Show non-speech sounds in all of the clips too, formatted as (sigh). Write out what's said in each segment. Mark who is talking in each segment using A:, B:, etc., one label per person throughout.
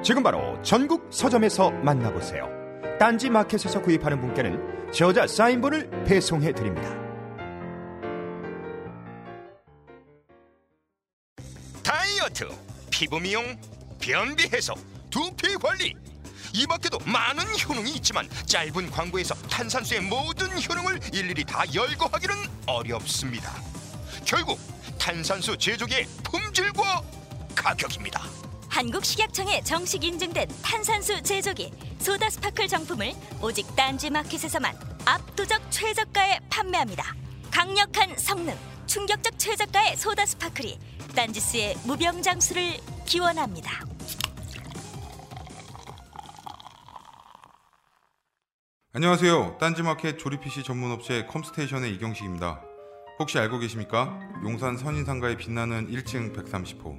A: 지금 바로 전국 서점에서 만나보세요. 딴지 마켓에서 구입하는 분께는 저자 사인본을 배송해 드립니다.
B: 다이어트, 피부 미용, 변비 해소, 두피 관리. 이 밖에도 많은 효능이 있지만 짧은 광고에서 탄산수의 모든 효능을 일일이 다 열거하기는 어렵습니다. 결국 탄산수 제조기의 품질과 가격입니다.
C: 한국식약청에 정식 인증된 탄산수 제조기 소다 스파클 정품을 오직 딴지 마켓에서만 압도적 최저가에 판매합니다. 강력한 성능, 충격적 최저가의 소다 스파클이 딴지스의 무병장수를 기원합니다.
D: 안녕하세요. 딴지마켓 조립 PC 전문 업체 컴스테이션의 이경식입니다. 혹시 알고 계십니까? 용산 선인상가의 빛나는 1층 130호.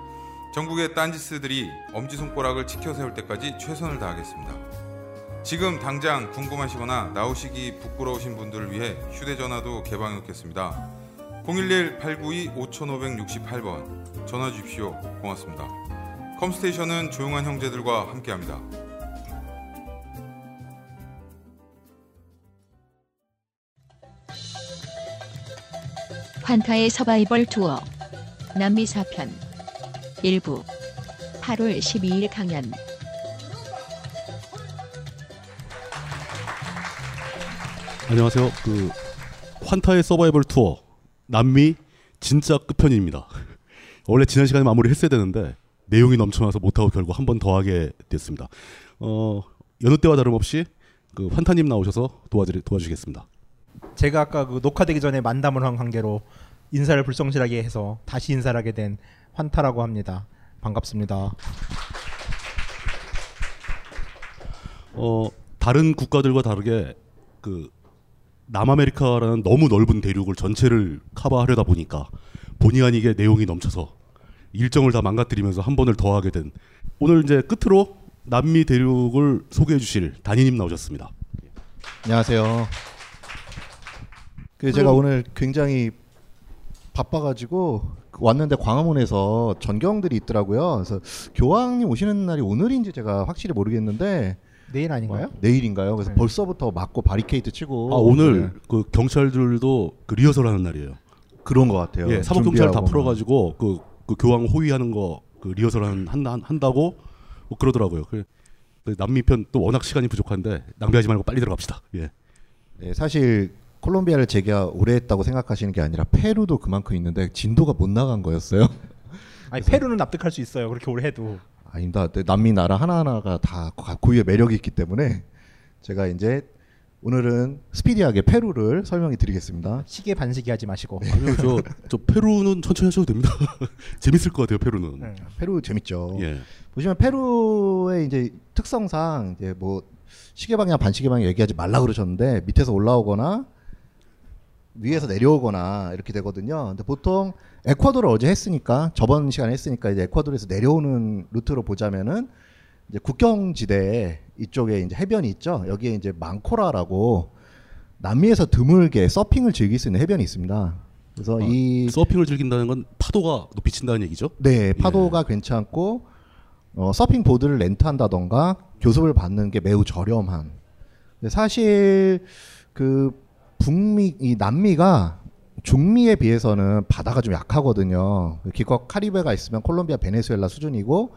D: 전국의 딴지스들이 엄지손가락을 치켜세울 때까지 최선을 다하겠습니다. 지금 당장 궁금하시거나 나오시기 부끄러우신 분들을 위해 휴대전화도 개방해놓겠습니다. 011-892-5568번 전화 주십시오. 고맙습니다. 컴스테이션은 조용한 형제들과 함께합니다.
E: 환타의 서바이벌 투어 남미 4편 일부 8월 12일 강연
F: 안녕하세요. 그 환타의 서바이벌 투어 남미 진짜 끝편입니다. (laughs) 원래 지난 시간에 마무리했어야 되는데 내용이 넘쳐나서 못하고 결국 한 번 더 하게 됐습니다. 어 여느 때와 다름없이 그 환타님 나오셔서 도와드리, 도와주시겠습니다.
G: 제가 아까 그 녹화되기 전에 만담을 한 관계로 인사를 불성실하게 해서 다시 인사를 하게 된 환타라고 합니다. 반갑습니다.
F: 어 다른 국가들과 다르게 그 남아메리카라는 너무 넓은 대륙을 전체를 커버하려다 보니까 본의 아니게 내용이 넘쳐서 일정을 다 망가뜨리면서 한 번을 더 하게 된 오늘 이제 끝으로 남미 대륙을 소개해 주실 단이님 나오셨습니다.
H: 안녕하세요. 그 제가 오늘 굉장히 바빠가지고 왔는데 광화문에서 전경들이 있더라고요. 그래서 교황님 오시는 날이 오늘인지 제가 확실히 모르겠는데
G: 내일 아닌가요?
H: 뭐, 내일인가요? 그래서 벌써부터 막고 바리케이트 치고
F: 네. 아
H: 네.
F: 오늘 그 경찰들도 그 리허설하는 날이에요.
H: 그런 것 같아요.
F: 예, 사법 경찰 다
H: 준비하고 막.
F: 풀어가지고 그, 그 교황 호위하는 거 그 리허설하는 한다 한다고 뭐 그러더라고요. 그, 그 남미 편 또 워낙 시간이 부족한데 낭비하지 말고 빨리 들어갑시다. 예.
H: 네, 사실 콜롬비아를 제가 오래 했다고 생각하시는 게 아니라 페루도 그만큼 있는데 진도가 못 나간 거였어요.
G: 아니 페루는 납득할 수 있어요. 그렇게 오래 해도
H: 아닙니다. 네, 남미 나라 하나하나가 다 가- 고유의 매력이 있기 때문에 제가 이제 오늘은 스피디하게 페루를 설명해 드리겠습니다.
G: 시계 반시계 하지 마시고
H: 네.
F: 아니요, 저, 저 페루는 천천히 하셔도 됩니다. (laughs) 재밌을 것 같아요, 페루는.
G: 네.
H: 페루 재밌죠.
F: 예.
H: 보시면 페루의 이제 특성상 이제 뭐 시계 방향 반시계 방향 얘기하지 말라 그러셨는데 밑에서 올라오거나 위에서 내려오거나 이렇게 되거든요. 근데 보통 에콰도를 어제 했으니까 저번 시간에 했으니까 이제 에콰도르에서 내려오는 루트로 보자면은 이제 국경지대 이쪽에 이제 해변이 있죠. 여기에 이제 망코라라고 남미에서 드물게 서핑을 즐길 수 있는 해변이 있습니다. 그래서
F: 아,
H: 이
F: 서핑을 즐긴다는 건 파도가 높이 친다는 얘기죠?
H: 네, 파도가 괜찮고 어, 서핑 보드를 렌트한다던가 교습을 받는 게 매우 저렴한. 근데 사실 그 북미 이 남미가 중미에 비해서는 바다가 좀 약하거든요. 그 기껏 카리베가 있으면 콜롬비아, 베네수엘라 수준이고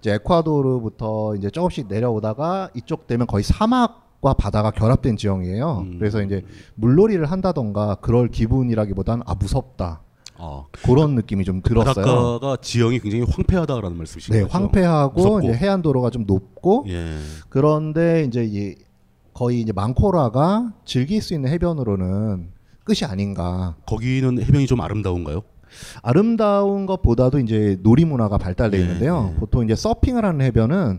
H: 이제 에콰도르부터 이제 조금씩 내려오다가 이쪽 되면 거의 사막과 바다가 결합된 지형이에요.
F: 음.
H: 그래서 이제 물놀이를 한다던가 그럴 기분이라기보다는 아 무섭다
F: 아,
H: 그런 느낌이 좀 들었어요.
F: 바닷가가 지형이 굉장히 황폐하다라는 말씀이신
H: 네,
F: 거죠?
H: 황폐하고
F: 무섭고.
H: 이제 해안 도로가 좀 높고
F: 예.
H: 그런데 이제 이 거의 이제 망코라가 즐길 수 있는 해변으로는 끝이 아닌가.
F: 거기는 해변이 좀 아름다운가요?
H: 아름다운 것보다도 이제 놀이 문화가 발달돼
F: 예,
H: 있는데요.
F: 예.
H: 보통 이제 서핑을 하는 해변은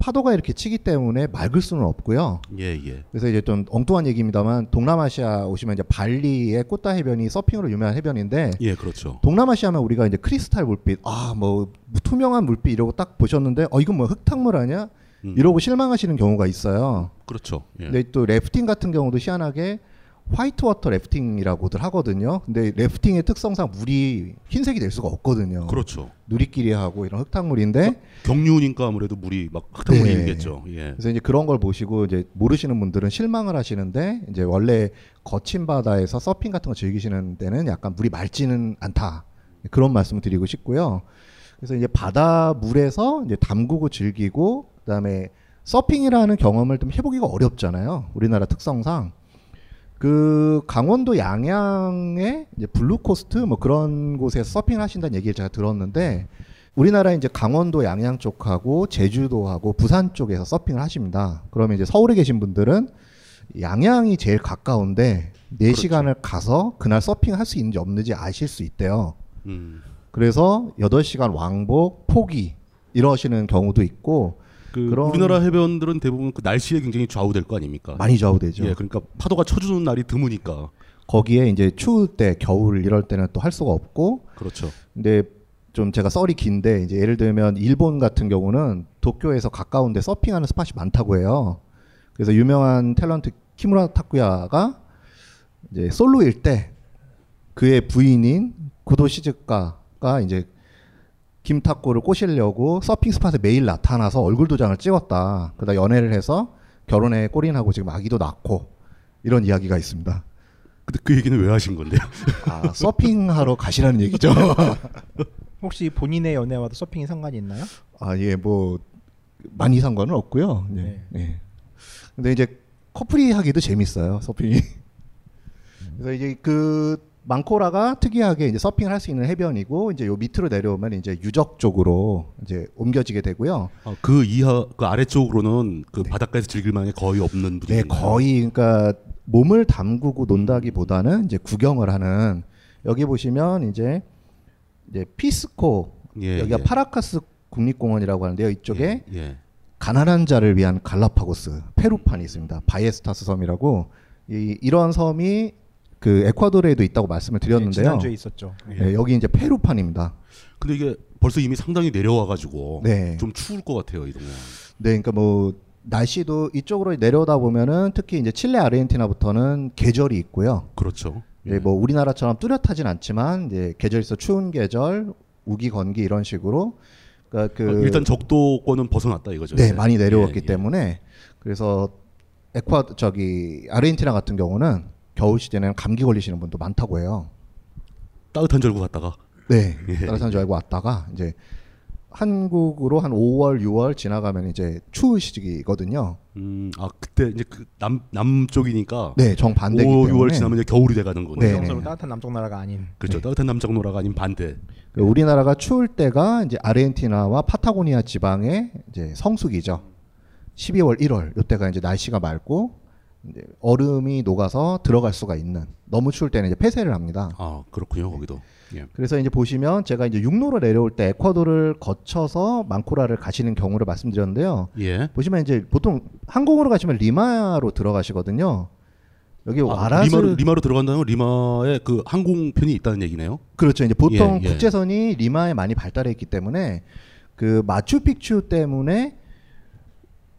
H: 파도가 이렇게 치기 때문에 맑을 수는 없고요.
F: 예, 예.
H: 그래서 이제 좀 엉뚱한 얘기입니다만 동남아시아 오시면 이제 발리의 꽃다 해변이 서핑으로 유명한 해변인데
F: 예, 그렇죠.
H: 동남아시아면 우리가 이제 크리스탈 물빛 아 뭐 투명한 물빛 이러고 딱 보셨는데 어 이건 뭐 흙탕물 아니야?
F: 음,
H: 이러고 실망하시는 경우가 있어요.
F: 그렇죠. 예.
H: 근데 또 래프팅 같은 경우도 희한하게 화이트 워터 래프팅이라고들 하거든요. 근데 래프팅의 특성상 물이 흰색이 될 수가 없거든요.
F: 그렇죠.
H: 누리끼리 하고 이런 흙탕물인데
F: 경륜이니까 아무래도 물이 막
H: 네.
F: 흙탕물이겠죠. 예.
H: 그래서 이제 그런 걸 보시고 이제 모르시는 분들은 실망을 하시는데 이제 원래 거친 바다에서 서핑 같은 거 즐기시는 데는 약간 물이 맑지는 않다 그런 말씀을 드리고 싶고요. 그래서 이제 바다 물에서 이제 담그고 즐기고 그다음에 서핑이라는 경험을 좀 해보기가 어렵잖아요. 우리나라 특성상 그 강원도 양양의 이제 블루코스트 뭐 그런 곳에서 서핑을 하신다는 얘기를 제가 들었는데 우리나라 이제 강원도 양양 쪽하고 제주도하고 부산 쪽에서 서핑을 하십니다. 그러면 이제 서울에 계신 분들은 양양이 제일 가까운데 4시간을 가서 그날 서핑할 수 있는지 없는지 아실 수 있대요.
F: 음.
H: 그래서 8시간 왕복 포기 이러시는 경우도 있고
F: 그
H: 그런-
F: 우리나라 해변들은 대부분 그 날씨에 굉장히 좌우될 거 아닙니까?
H: 많이 좌우되죠.
F: 예, 그러니까 파도가 쳐주는 날이 드무니까
H: 거기에 이제 추울 때 겨울 이럴 때는 또 할 수가 없고
F: 그렇죠.
H: 근데 좀 제가 썰이 긴데 이제 예를 들면 일본 같은 경우는 도쿄에서 가까운데 서핑하는 스팟이 많다고 해요. 그래서 유명한 탤런트 키무라 타쿠야가 이제 솔로일 때 그의 부인인 구도 시즈카가 이제 김타쿠를 꼬시려고 서핑 스팟에 매일 나타나서 얼굴 도장을 찍었다. 그러다 연애를 해서 결혼에 꼬린하고 지금 아기도 낳고 이런 이야기가 있습니다.
F: 근데 그 얘기는 왜 하신 건데요?
H: 아, 서핑하러 가시라는 얘기죠. (laughs)
G: 혹시 본인의 연애와도 서핑이 상관이 있나요?
H: 아, 예, 뭐 많이 상관은 없고요. 예.
G: 네.
H: 예. 근데 이제 커플이 하기도 재밌어요, 서핑이.
F: 음.
H: 그래서 이제 그 망코라가 특이하게 이제 서핑을 할 수 있는 해변이고 이제 요 밑으로 내려오면 이제 유적 쪽으로 이제 옮겨지게 되고요.
F: 아, 그 이하 그 아래쪽으로는 그 바닷가에서 즐길 만한 게 거의 없는 분이
H: 네, 거의 그러니까 몸을 담그고 논다기보다는 이제 구경을 하는 여기 보시면 이제 이제 피스코
F: 예,
H: 여기가
F: 예.
H: 파라카스 국립공원이라고 하는데요. 이쪽에
F: 예, 예.
H: 가난한 자를 위한 갈라파고스 페루판이 있습니다. 바이에스타스 섬이라고 이, 이러한 섬이 그 에콰도르에도 있다고 말씀을
G: 네,
H: 드렸는데요.
G: 지난주에 있었죠.
H: 네, 여기 이제 페루판입니다.
F: 근데 이게 벌써 이미 상당히 내려와가지고
H: 네.
F: 좀 추울 것 같아요 이동안.
H: 네, 그러니까 뭐 날씨도 이쪽으로 내려오다 보면은 특히 이제 칠레, 아르헨티나부터는 계절이 있고요.
F: 그렇죠.
H: 네, 뭐 우리나라처럼 뚜렷하진 않지만 이제 계절 있어 추운 계절, 우기 건기 이런 식으로 그러니까 그
G: 어,
F: 아, 일단 적도권은 벗어났다 이거죠.
H: 네,
F: 이제.
H: 많이 내려왔기
F: 예, 예.
H: 때문에 그래서 에콰 저기 아르헨티나 같은 경우는 겨울 시즌에는 감기 걸리시는 분도 많다고 해요.
F: 따뜻한 절구 갔다가
H: 네.
F: 예.
H: 따뜻한 줄 알고 왔다가 이제 한국으로 한 5월, 6월 지나가면 이제 추운 시기거든요.
F: 음, 아 그때 이제 그 남 남쪽이니까
H: 네, 정반대기
F: 5,
H: 때문에
F: 6월 지나면 이제 겨울이 돼가는 거네
H: 네.
G: 정서로 따뜻한 남쪽 나라가 아닌
F: 그렇죠. 따뜻한 남쪽 노라가 아닌 반대.
H: 그 우리나라가 추울 때가 이제 아르헨티나와 파타고니아 지방의 이제 성수기죠. 12월, 1월 이때가 이제 날씨가 맑고 이제 얼음이 녹아서 들어갈 수가 있는 너무 추울 때는 이제 폐쇄를 합니다.
F: 아 그렇군요 거기도. 예.
H: 그래서 이제 보시면 제가 이제 육로로 내려올 때 에콰도르를 거쳐서 망코라를 가시는 경우를 말씀드렸는데요.
F: 예.
H: 보시면 이제 보통 항공으로 가시면 리마로 들어가시거든요. 여기
F: 아,
H: 와라즈
F: 리마로, 리마로 들어간다면 리마에 그 항공편이 있다는 얘기네요.
H: 그렇죠. 이제 보통
F: 예, 예.
H: 국제선이 리마에 많이 발달했기 때문에 그 마추픽추 때문에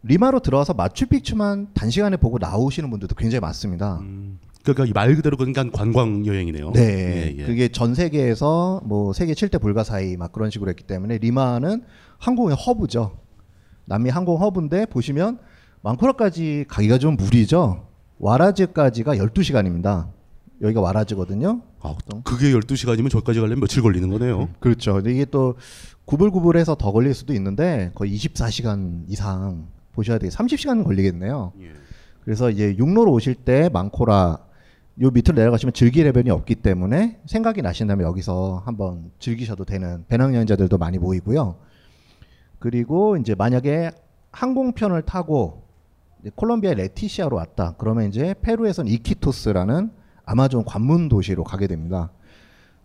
H: 리마로 들어와서 마추픽추만 단시간에 보고 나오시는 분들도 굉장히 많습니다.
F: 그러니까 이 말 그대로 그러니까 관광 여행이네요.
H: 음. 네.
F: 예, 예.
H: 그게 전 세계에서 뭐 세계 7대 불가 사이 막 그런 식으로 했기 때문에 리마는 항공의 허브죠. 남미 항공 허브인데 보시면 망쿠라까지 가기가 좀 무리죠. 와라즈까지가 12시간입니다. 여기가 와라즈거든요.
F: 아, 그게 12시간이면 저기까지 가려면 며칠 걸리는 거네요.
H: 그렇죠. 근데 이게 또 구불구불해서 더 걸릴 수도 있는데 거의 24시간 이상 보셔야 돼요. 30시간 은 걸리겠네요. 그래서 이제 육로로 오실 때 망코라 요 밑으로 내려가시면 즐기 레변이 없기 때문에 생각이 나신다면 여기서 한번 즐기셔도 되는 배낭여행자들도 많이 모이고요. 그리고 이제 만약에 항공편을 타고 이제 콜롬비아 레티시아로 왔다. 그러면 이제 페루에서는 이키토스라는 아마존 관문 도시로 가게 됩니다.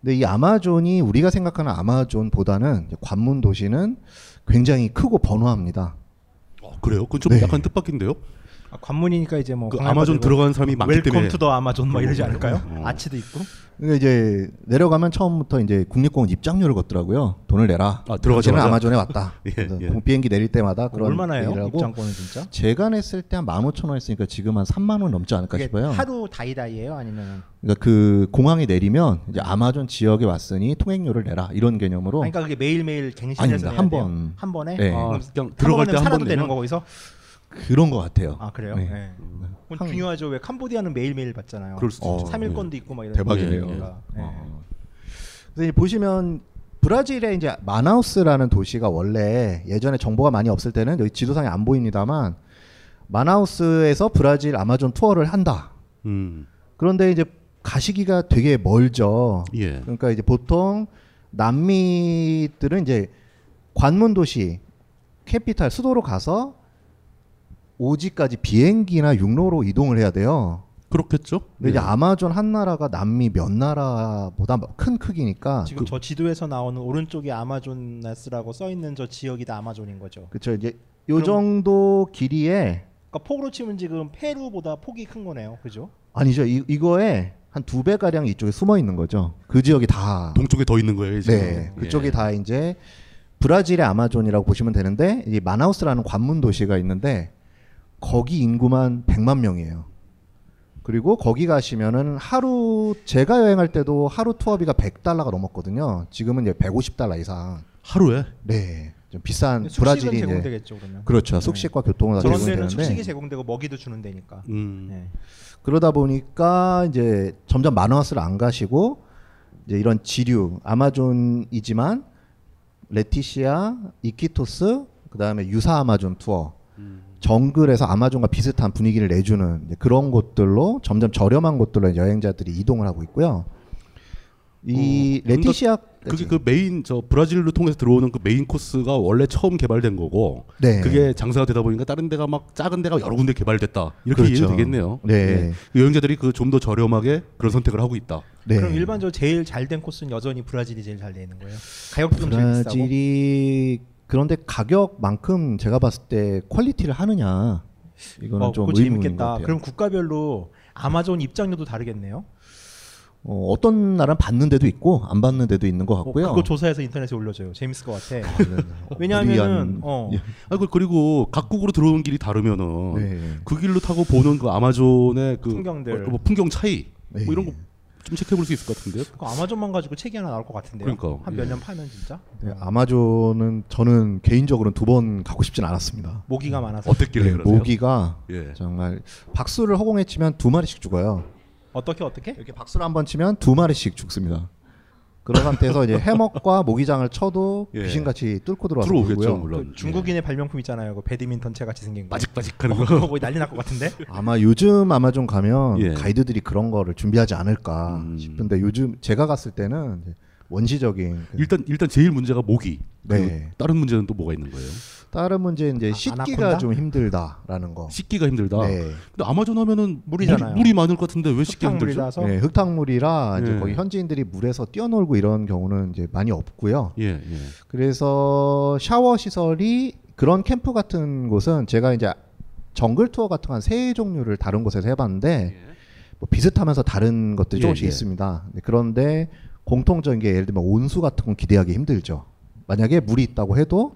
H: 근데 이 아마존이 우리가 생각하는 아마존보다는 이제 관문 도시는 굉장히 크고 번화합니다.
F: 어, 그래요? 그건 좀
H: 네.
F: 약간 뜻밖인데요.
G: 아, 관문이니까 이제 뭐
F: 그
G: 강한
F: 아마존
G: 것들은
F: 들어간 사람이 많기 때문에
G: 웰컴 투 더 아마존 막 이러지
F: 어,
G: 않을까요?
F: 어.
G: 아치도 있고. 뭐
H: 근데 그러니까 이제 내려가면 처음부터 이제 국립공원 입장료를 걷더라고요. 돈을 내라.
F: 아, 들어가자마자?
H: 당신은 아마존에 왔다.
G: (laughs)
F: 예,
H: 그래서
F: 예.
H: 비행기 내릴 때마다 그런
G: 어, 얼마나요?
H: 얘기를 하고
G: 입장권은 진짜?
H: 제가 냈을 때 한 15,000원 했으니까 지금 한 3만 원 넘지 않을까
G: 이게
H: 싶어요.
G: 하루 다이다이예요? 아니면
H: 그러니까 그 공항에 내리면 이제 아마존 지역에 왔으니 통행료를 내라 이런 개념으로
G: 아니, 그러니까 그게 매일매일 갱신해서
H: 어. 아닙니다.
G: 내야
H: 한
G: 돼요?
H: 번.
G: 한 번에
H: 네.
G: 어,
F: 그냥
G: 들어갈
F: 음, 들어갈
G: 때한
F: 때한번
G: 번도 되는
F: 내면
G: 거 거기서?
H: 그런 것 같아요.
G: 아, 그래요?
H: 네.
G: 네. 그건
H: 한-
G: 중요하죠. 왜 캄보디아는 매일매일 받잖아요.
F: 그럴 수도
H: 어,
F: 있죠.
G: 3일권도 있고 막 이런
H: 대박이네요.
G: 거니까. 네.
H: 그래서 이제 보시면 브라질의 이제 마나우스라는 도시가 원래 예전에 정보가 많이 없을 때는 여기 지도상에 안 보입니다만 마나우스에서 브라질 아마존 투어를 한다.
F: 음.
H: 그런데 이제 가시기가 되게 멀죠.
F: 예.
H: 그러니까 이제 보통 남미들은 이제 관문 도시 캐피탈 수도로 가서 오지까지 비행기나 육로로 이동을 해야 돼요.
F: 그렇겠죠?
H: 근데 네, 이제
G: 네.
F: 예.
H: 아마존 한 나라가 남미 몇 나라보다 큰 크기니까 그
G: 지금 저 지도에서 나오는 오른쪽에 아마존나스라고 써 있는 저 지역이 다 아마존인 거죠.
H: 그렇죠. 이제 요
G: 그럼-
H: 정도 길이에
G: 그러니까 폭으로 치면 지금 페루보다 폭이 큰 거네요. 그죠?
H: 아니죠. 이, 이거에 한 두 배 가량 이쪽에 숨어 있는 거죠. 그 지역이 다
F: 동쪽에 더 있는 거예요, 지금.
H: 네,
F: 예.
H: 그쪽이 다 이제 브라질의 아마존이라고 보시면 되는데 이 마나우스라는 관문 도시가 있는데 거기 인구만 100만 명이에요. 그리고 거기 가시면은 하루 제가 여행할 때도 하루 투어비가 100달러가 넘었거든요. 지금은 이제 150달러 이상.
F: 하루에
H: 네, 좀 비싼
G: 숙식은
H: 브라질이 이제
G: 제공되겠죠 그러면.
H: 그렇죠. 숙식과 교통을 다
G: 저런 데는
H: 제공되는데
G: 숙식이 제공되고 먹이도 주는 데니까.
F: 음.
G: 네.
H: 그러다 보니까 이제 점점 마누아스를 안 가시고 이제 이런 지류 아마존이지만 레티시아, 이키토스 그다음에 유사 아마존 투어
G: 음.
H: 정글에서 아마존과 비슷한 분위기를 내주는 이제 그런 곳들로 점점 저렴한 곳들로 여행자들이 이동을 하고 있고요. 이
F: 어, 근데
H: 레티시아
F: 그게 그 메인 저 브라질로 통해서 들어오는 그 메인 코스가 원래 처음 개발된 거고
H: 네.
F: 그게 장사가 되다 보니까 다른 데가 막 작은 데가 여러 군데 개발됐다 이렇게
H: 그렇죠.
F: 이해도 되겠네요.
H: 네.
F: 예. 그 여행자들이 그 좀 더 저렴하게 그런 선택을 하고 있다.
H: 네.
G: 그럼 일반적으로 제일 잘 된 코스는 여전히 브라질이 제일 잘 돼 있는 거예요. 가격도 좀 제일 비싸고.
H: 브라질이 그런데 가격만큼 제가 봤을 때 퀄리티를 하느냐 이거는
G: 어,
H: 좀
G: 그거
H: 의문인 것
G: 재밌겠다.
H: 같아요.
G: 그럼 국가별로 아마존 입장료도 다르겠네요.
H: 어, 어떤 나라는 받는 데도 있고 안 받는 데도 있는 것
G: 어,
H: 같고요. 네.
G: 그거 조사해서 인터넷에 올려줘요. 재밌을 것 같아.
F: (laughs)
H: 무리한-
G: (laughs) 왜냐하면은 어,
H: 예.
F: 아 그- 그리고 각국으로 들어오는 길이 다르면은
H: 네.
F: 그 길로 타고 보는 그 아마존의 그
G: 풍경들.
F: 어, 뭐 풍경 차이
H: 네.
F: 뭐 이런 거 좀 체크해 볼 수 있을 것 같은데요.
G: 그거 아마존만 가지고 책이 하나 나올 것 같은데요.
F: 그러니까,
G: 한
F: 예.
G: 몇 년 파면 진짜
H: 네, 아마존은 저는 개인적으로는 두 번 가고 싶진 않았습니다.
G: 모기가 많아서
F: 음. 어땠길래
H: 네,
F: 그러세요?
H: 모기가
F: 예.
H: 정말 박수를 허공에 치면 두 마리씩 죽어요.
G: 어떻게 어떻게?
H: 이렇게 박수를 한 번 치면 두 마리씩 죽습니다. 그런 상태에서
F: (laughs)
H: 이제 해먹과 모기장을 쳐도
F: 예.
H: 귀신같이 뚫고 들어와서
F: 들어오겠죠
H: 물고요.
F: 물론. 예.
G: 중국인의 발명품 있잖아요. 그 배드민턴 채 같이 생긴 거. 어,
F: 빠직빠직하는 거.
G: 그거 거의 난리 날
F: (laughs)
G: 것 같은데.
H: 아마 요즘 아마존 가면
F: 예.
H: 가이드들이 그런 거를 준비하지 않을까
F: 음.
H: 싶은데 요즘 제가 갔을 때는 이제 원시적인 그
F: 예. 일단 일단 제일 문제가 모기. 그리고
H: 네.
F: 다른 문제는 또 뭐가 있는 거예요?
H: 다른 문제는 이제
G: 아,
H: 씻기가
G: 아나콘다?
H: 좀 힘들다라는 거.
F: 씻기가 힘들다.
H: 어. 네.
F: 근데 아마존 하면은
G: 물이잖아요.
F: 물이, 물이 많을 것 같은데 왜 씻기 힘들죠?
G: 흙탕물이라서
H: 네, 흙탕물이라 이제
F: 예.
H: 거기 현지인들이 물에서 뛰어놀고 이런 경우는 이제 많이 없고요.
F: 예, 예.
H: 그래서 샤워 시설이 그런 캠프 같은 곳은 제가 이제 정글 투어 같은 거 한 세 종류를 다른 곳에서 해봤는데 뭐 비슷하면서 다른 것들이
F: 예,
H: 조금씩
F: 예.
H: 있습니다. 네, 그런데 공통적인 게 예를 들면 온수 같은 건 기대하기 힘들죠. 만약에 물이 있다고 해도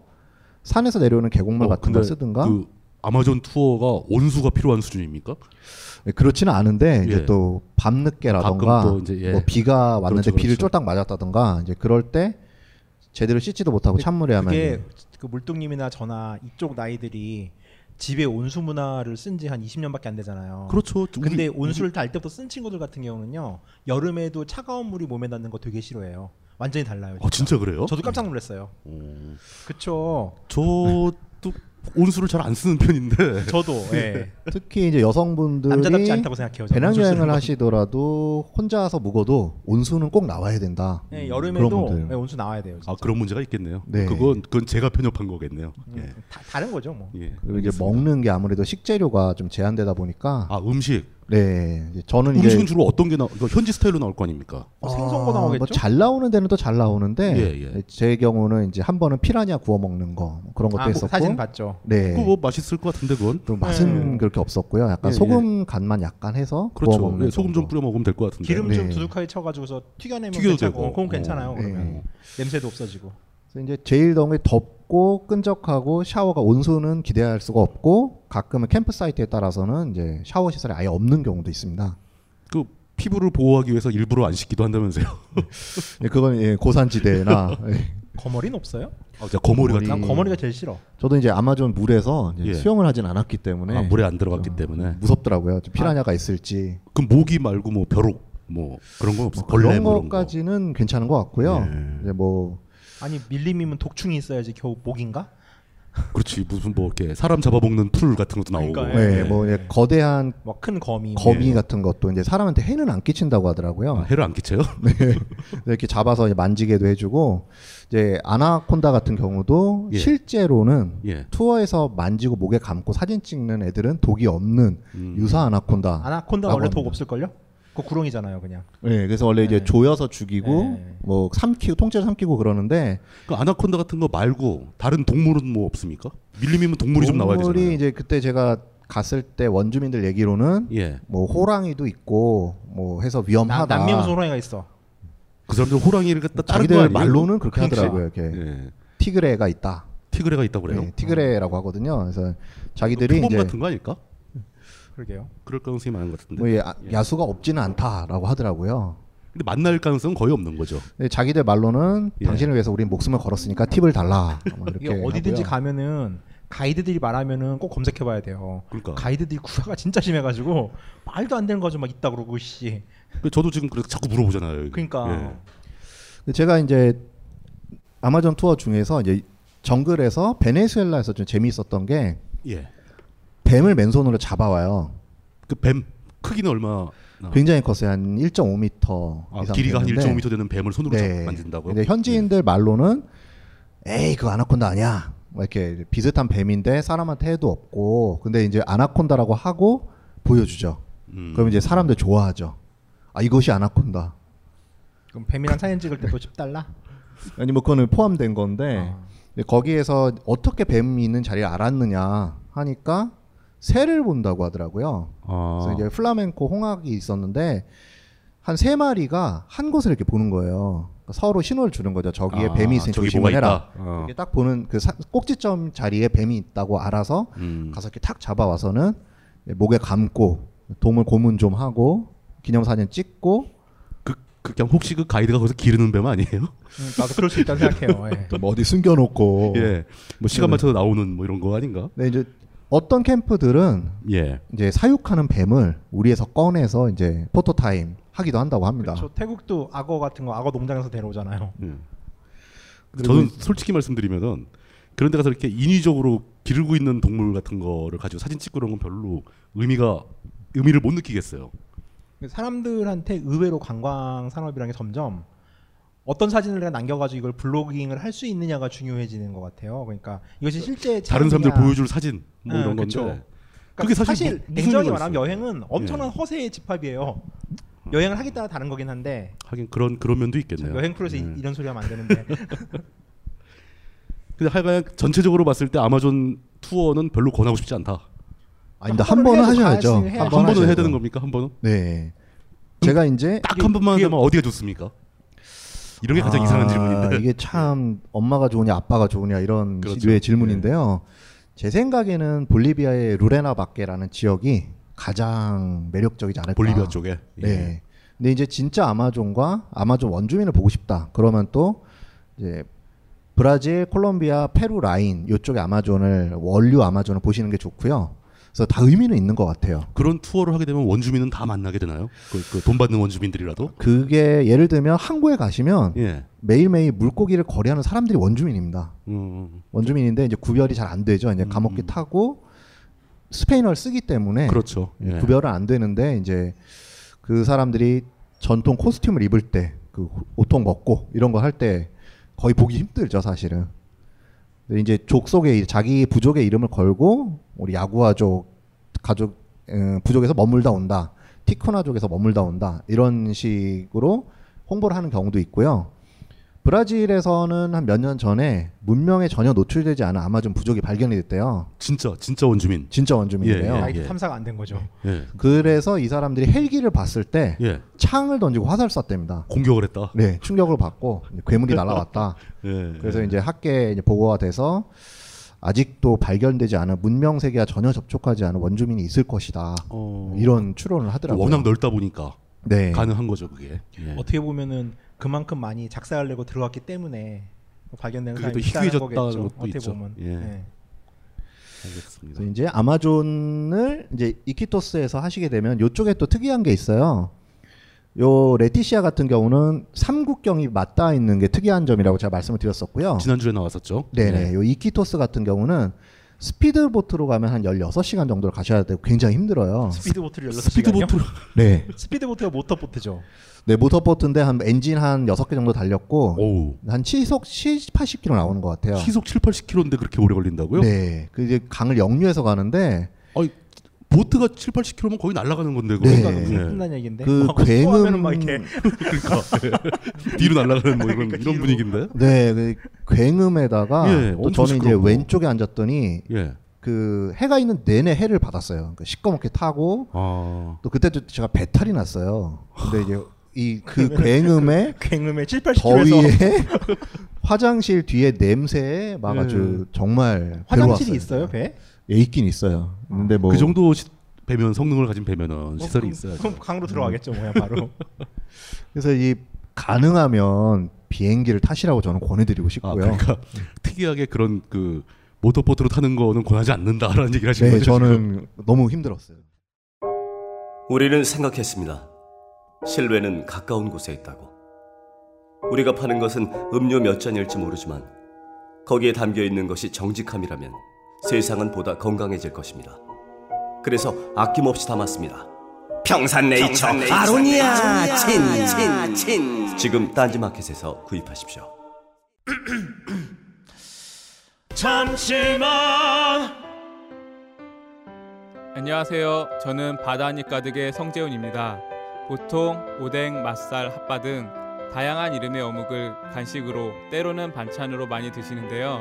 H: 산에서 내려오는 계곡물
F: 어,
H: 같은
F: 근데
H: 걸 쓰든가
F: 그 아마존 투어가 온수가 필요한 수준입니까?
H: 네, 그렇지는 않은데 이제
F: 예.
H: 또 밤늦게라던가
F: 가끔 또 이제, 예.
H: 뭐 비가 왔는데
F: 그렇죠,
H: 비를
F: 그렇죠.
H: 쫄딱 맞았다던가 이제 그럴 때 제대로 씻지도 못하고 찬물에 하면
G: 그게 그 물뚱님이나 저나 이쪽 나이들이 집에 온수 문화를 쓴 지 한 20년밖에 안 되잖아요.
F: 그렇죠.
G: 근데 온수를 다 알 때부터 쓴 친구들 같은 경우는요. 여름에도 차가운 물이 몸에 닿는 거 되게 싫어해요. 완전히 달라요.
F: 아 진짜 그래요?
G: 저도 깜짝 놀랐어요.
F: 오.
G: 그쵸.
F: 저도 온수를 잘 안 쓰는 편인데 (laughs)
G: 저도 예.
H: 특히 이제 여성분들이
G: 남자답지 않다고 생각해요. 저는. 온수 쓰는
H: 배낭여행을
G: 거.
H: 하시더라도 혼자서 묵어도 온수는 꼭 나와야 된다.
G: 예,
H: 그런
G: 여름에도
H: 분들.
G: 예, 온수 나와야 돼요.
F: 아 그런 문제가 있겠네요.
H: 네.
F: 그건 그건 제가 편협한 거겠네요. 예.
G: 다, 다른 거죠 뭐.
F: 예.
H: 그리고 이제 먹는 게 아무래도 식재료가 좀 제한되다 보니까
F: 아 음식
H: 네 이제 저는 이제
F: 음식은 주로 어떤 게 나? 이거 현지 스타일로 나올 거 아닙니까?
G: 뭐 생선거 나오겠죠?
H: 뭐잘 나오는 데는 또 잘 나오는데
F: 예, 예.
H: 제 경우는 이제 한 번은 피라냐 구워 먹는 거뭐 그런 것도
G: 아, 뭐
H: 했었고
G: 사진 봤죠.
H: 네.
F: 그거 뭐 맛있을 것 같은데 그건.
H: 또 맛은
G: 네.
H: 그렇게 없었고요. 약간
F: 예,
H: 소금 간만 약간 해서 구워
F: 그렇죠.
H: 먹는
F: 예, 소금 좀
H: 정도.
F: 뿌려 먹으면 될 것 같은데.
G: 기름 좀
H: 네.
G: 두둑하게 쳐가지고서 튀겨내면
F: 튀겨도
G: 괜찮고,
F: 되고.
G: 어, 그건
F: 어,
G: 괜찮아요. 그러면
H: 예.
G: 냄새도 없어지고.
H: 그래서 이제 제일 더운 게 덥고 끈적하고 샤워가 온수는 기대할 수가 없고 가끔은 캠프 사이트에 따라서는 이제 샤워 시설이 아예 없는 경우도 있습니다.
F: 그 피부를 보호하기 위해서 일부러 안 씻기도 한다면서요. (laughs)
H: 예, 그건 예, 고산지대나 예.
G: 거머리는 없어요?
H: 음.
F: 아, 진짜 거머리가
H: 거머리.
G: 난
H: 음.
G: 거머리가 제일 싫어.
H: 저도 이제 아마존 물에서 이제
F: 예.
H: 수영을 하진 않았기 때문에
F: 아, 물에 아, 안 들어갔기 때문에.
H: 무섭더라고요. 좀 피라냐가 있을지
F: 음. 그럼 모기 말고 뭐 벼룩 뭐 그런 건 없어. 벌레
H: 그런
F: 뭐 이런 거.
H: 것까지는 괜찮은 것 같고요.
F: 예.
H: 이제 뭐
G: 아니 밀림이면 독충이 있어야지 겨우 목인가?
F: 그렇지 무슨 뭐 이렇게 사람 잡아먹는 풀 같은 것도 나오고.
G: 그러니까,
H: 예, 뭐 이제 거대한
G: 뭐 큰 거미. 뭐.
H: 거미 같은 것도 이제 사람한테 해는 안 끼친다고 하더라고요.
F: 예. 아, 해를 안 끼쳐요?
H: 이렇게 잡아서 이제 만지게도 해주고 이제 아나콘다 같은 경우도
F: 예.
H: 실제로는
F: (laughs) 예.
H: 투어에서 만지고 목에 감고 사진 찍는 애들은 독이 없는
F: 음.
H: 유사 아나콘다.
G: 아나콘다
H: 라고
G: 원래 독
H: 합니다.
G: 없을걸요? 그거 구렁이잖아요 그냥.
H: 예, 그래서 원래 이제 조여서 죽이고
G: 예.
H: 뭐 삼키고 통째로 삼키고 그러는데
F: 그 아나콘다 같은 거 말고 다른 동물은 뭐 없습니까? 밀림이면 동물이 좀 나와야 되잖아요.
H: 이제 그때 제가 갔을 때 원주민들 얘기로는
F: 예.
H: 뭐 호랑이도 있고 뭐 해서
G: 나-
H: 위험하다.
G: 남미무소 호랑이가 있어.
F: 그 사람들 호랑이를 갖다 자른 거
H: 자기들
F: 아니에요?
H: 말로는 그렇게
G: 그러니까.
H: 하더라고요. 이렇게
F: 예.
H: 티그레가 있다.
F: 티그레가 있다고 그래요. 어,
H: 예, 티그레라고 하거든요. 그래서 자기들이
F: 표범
H: 이제
F: 같은 거 아닐까?
G: 그러게요.
F: 그럴 가능성이 많은 것 같은데.
H: 뭐 예, 아- 야수가 없지는 않다라고 하더라고요.
F: 근데 만날 가능성은 거의 없는 거죠.
H: 근데 자기들 말로는
F: 예.
H: 당신을 위해서 우린 목숨을 걸었으니까 팁을 달라. 아마
F: (laughs)
G: 이게
H: 이렇게
G: 어디든지
H: 하고요.
G: 가면은 가이드들이 말하면은 꼭 검색해봐야 돼요.
F: 그러니까.
G: 가이드들이 구라가 진짜 심해가지고 말도 안 되는 거 좀 막 있다 그러고 씨.
F: 그 저도 지금 그래서 자꾸 물어보잖아요.
G: 그러니까.
F: 예.
H: 근데 제가 이제 아마존 투어 중에서 이제 정글에서 베네수엘라에서 좀 재미있었던 게
F: 예. 예.
H: 뱀을 맨손으로 잡아와요.
F: 그 뱀 크기는 얼마? 나
H: 굉장히 컸어요. 한 1.5m
F: 아,
H: 이상.
F: 길이가 한
H: 되는데 네.
F: 1.5m 되는 뱀을 손으로 잡- 만든다고요? 예.
H: 근데 현지인들 말로는 에이 그거 아나콘다 아니야. 막 이렇게 비슷한 뱀인데 사람한테 해도 없고 근데 이제 아나콘다라고 하고 보여주죠.
F: 음.
H: 그럼 이제 사람들 좋아하죠. 아 이것이 아나콘다.
G: 그럼 뱀이랑 사진 찍을 때도 10달러?
H: 아니 뭐 그거는 포함된 건데
F: 어.
G: 아.
H: 근데 거기에서 어떻게 뱀이 있는 자리를 알았느냐 하니까 새를 본다고 하더라고요.
F: 아.
H: 그래서 이제 플라멘코 홍학이 있었는데 한 세 마리가 한 곳을 이렇게 보는 거예요. 그러니까 서로 신호를 주는 거죠. 저기에
F: 아,
H: 뱀이 있으니
F: 저기
H: 조심을
F: 뭐가
H: 해라.
F: 있다. 어.
H: 이렇게 딱 보는 그 사- 꼭지점 자리에 뱀이 있다고 알아서
F: 음.
H: 가서 이렇게 탁 잡아와서는 목에 감고 동물 고문 좀 하고 기념사진 찍고
F: 그, 그 그냥 혹시 그 가이드가 거기서 기르는 뱀 아니에요?
G: 음, 나도 그럴 수 있다고 생각해요. 예.
H: 또 뭐 어디 숨겨놓고
F: (laughs) 예. 뭐 시간
H: 네.
F: 맞춰서 나오는 뭐 이런 거 아닌가?
H: 네, 이제 어떤 캠프들은
F: 예.
H: 이제 사육하는 뱀을 우리에서 꺼내서 이제 포토 타임 하기도 한다고 합니다.
F: 그렇죠.
G: 저 그렇죠. 태국도 악어 같은 거 악어 농장에서 데려오잖아요.
F: 음.
H: 그
F: 저는 솔직히 말씀드리면은 그런 데 가서 이렇게 인위적으로 기르고 있는 동물 같은 거를 가지고 사진 찍고 그런 건 별로 의미가 의미를 못 느끼겠어요.
G: 사람들한테 의외로 관광 산업이라는 게 점점 어떤 사진을 내가 남겨가지고 이걸 블로깅을 할 수 있느냐가 중요해지는 것 같아요. 그러니까 이것이 실제
F: 어, 다른
G: 체험이냐.
F: 사람들 보여줄 사진 뭐
G: 응,
F: 이런 건데
G: 네, 그쵸. 그러니까
F: 그게 사실 뭐
G: 사실
F: 무- 무슨
G: 냉정히
F: 의미가
G: 말하면
F: 있어요? 예.
G: 여행은 엄청난 허세의 집합이에요. 여행을 하기 따라 다른 거긴 한데
F: 하긴 그런 그런 면도 있겠네요. 음.
G: 여행 프로에서 이- 이런 소리 하면 안 되는데
F: 근데 하여간 전체적으로 봤을 때 아마존 투어는 별로 권하고 싶지 않다.
H: 아닙니다.
G: 한
H: 한 번은
G: 번은
H: 하셔야죠.
G: 해야지, 해야지.
F: 한
G: 번
F: 번은 해야
H: 하셔야죠.
F: 되는 겁니까? 한 번은?
H: 네. 제가 이제
F: 딱 한 번만 하면 어디가 좋습니까? 이런 게 가장
H: 아,
F: 이상한 질문인데. 네.
H: 이게 참 엄마가 좋으냐 아빠가 좋으냐 이런
F: 그렇죠.
H: 시류의 질문인데요. 제 생각에는 볼리비아의 루레나 바케라는 지역이 가장 매력적이지 않을까.
F: 볼리비아 쪽에. 예.
H: 네. 근데 이제 진짜 아마존과 아마존 원주민을 보고 싶다. 그러면 또 이제 브라질, 콜롬비아, 페루 라인 이쪽에 아마존을 원류 아마존을 보시는 게 좋고요. 그래서 다 의미는 있는 것 같아요.
F: 그런 투어를 하게 되면 원주민은 다 만나게 되나요? 그, 그 돈 받는 원주민들이라도?
H: 그게 예를 들면 항구에 가시면
F: 예.
H: 매일매일 물고기를 거래하는 사람들이 원주민입니다.
F: 음,
H: 원주민인데 이제 구별이 잘 안 되죠. 이제 감옥기 타고 스페인어를 쓰기 때문에
F: 그렇죠. 예.
H: 구별은 안 되는데 이제 그 사람들이 전통 코스튬을 입을 때 그 옷통 벗고 이런 거 할 때 거의 보기 힘들죠 사실은. 근데 이제 족속의 이- 자기 부족의 이름을 걸고 우리 야구아족 가족 음, 부족에서 머물다 온다, 티코나족에서 머물다 온다 이런 식으로 홍보를 하는 경우도 있고요. 브라질에서는 한 몇 년 전에 문명에 전혀 노출되지 않은 아마존 부족이 발견이 됐대요.
F: 진짜 진짜 원주민.
H: 진짜
F: (laughs)
H: 원주민이래요.
F: 예,
G: 아이디
F: 예.
G: 탐사가 안 된 거죠.
F: 예.
H: 그래서 이 사람들이 헬기를 봤을 때
F: 예.
H: 창을 던지고 화살을 쐈답니다.
F: 공격을 했다.
H: 네, 충격을 받고 이제
F: (laughs)
H: 괴물이 날아왔다.
F: 예.
H: 그래서 이제 학계에 이제 보고가 돼서 아직도 발견되지 않은 문명 세계와 전혀 접촉하지 않은 원주민이 있을 것이다.
F: 어,
H: 이런 추론을 하더라고요.
F: 워낙 넓다 보니까
H: 네.
F: 가능한 거죠 그게. 예.
G: 어떻게 보면은 그만큼 많이 작사하려고 들어갔기 때문에 뭐 발견된
F: 그게
G: 사람이
F: 또
G: 있다는
F: 희귀해졌다는
G: 거겠죠.
F: 것도
G: 어떻게
F: 있죠.
G: 보면.
F: 예.
G: 예.
F: 알겠습니다.
H: 그래서 이제 아마존을 이제 이키토스에서 하시게 되면 요쪽에 또 특이한 게 있어요. 요 레티시아 같은 경우는 삼국경이 맞닿아 있는 게 특이한 점이라고 제가 말씀을 드렸었고요.
F: 어. 지난주에 나왔었죠.
H: 네네.
F: 예.
H: 요 이키토스 같은 경우는 스피드보트로 가면 한 16시간 정도를 가셔야 되고 굉장히 힘들어요.
G: 스피드보트를 열렸어요.
F: 스피드보트로
H: 네.
G: (laughs) 스피드보트가 모터보트죠.
H: 네, 모터보트인데 한 엔진 한 6개 정도 달렸고
F: 오우.
H: 한 시속 70, 80km 나오는 것 같아요.
F: 시속 7, 80km인데 그렇게 오래 걸린다고요?
H: 네. 그 이제 강을 역류해서 가는데
F: 아니 보트가 7, 80km면 거의 날아가는 건데 그거.
H: 네.
G: 그러니까 무슨
F: 예.
G: 끝난 얘기인데.
H: 그
G: 뭐 스포하면은 막
H: 굉음-
G: 이렇게 (laughs)
F: 뒤로 날아가는 뭐 이런 이런
G: 뒤로.
F: 분위기인데.
H: 네, 그 굉음에다가
F: 예,
H: 또
F: 엄청
H: 저는 이제
F: 시끄럽고.
H: 왼쪽에 앉았더니
F: 예.
H: 그 해가 있는 내내 해를 받았어요. 그러니까 시꺼멓게 타고
F: 아.
H: 또 그때도 제가 배탈이 났어요. 근데 이제 이 그 굉음에
G: 굉음에 7, (laughs) 80km에서
H: 더위에 (laughs) 화장실 뒤에 냄새에 막 아주 정말
G: 화장실이
H: 괴로웠어요.
G: 있어요 배?
H: 예, 있긴 있어요. 근데 뭐
F: 그 정도 시, 배면 성능을 가진 배면은 시설이
G: 그럼-
F: 있어야 죠 음.
G: 그럼 강으로 들어가겠죠 뭐야 바로.
H: 그래서 이 가능하면 비행기를 타시라고 저는 권해드리고
F: 아,
H: 싶고요.
F: 그러니까 특이하게 그런 그 모터보트로 타는 거는 권하지 않는다라는 얘기를 하시는
H: 네,
F: 거죠.
H: 저는 너무 힘들었어요.
I: 우리는 생각했습니다. 실외는 가까운 곳에 있다고. 우리가 파는 것은 음료 몇 잔일지 모르지만 거기에 담겨 있는 것이 정직함이라면 세상은 보다 건강해질 것입니다. 그래서 아낌없이 담았습니다.
B: 평산네이처
I: 아로니아 친친친 지금 딴지마켓에서 구입하십시오.
J: 잠시만 안녕하세요 저는 바다니 가득의 성재훈입니다 보통 오뎅, 맛살, 핫바 등 다양한 이름의 어묵을 간식으로 때로는 반찬으로 많이 드시는데요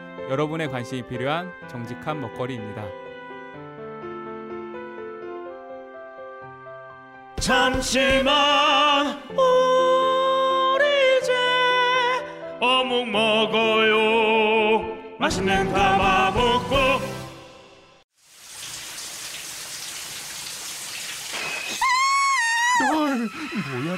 J: 여러분의 관심이 필요한 정직한 먹거리입니다.
I: 잠시만 우리 이제 어묵 먹어요 맛있는 가마 먹고
B: 뭐야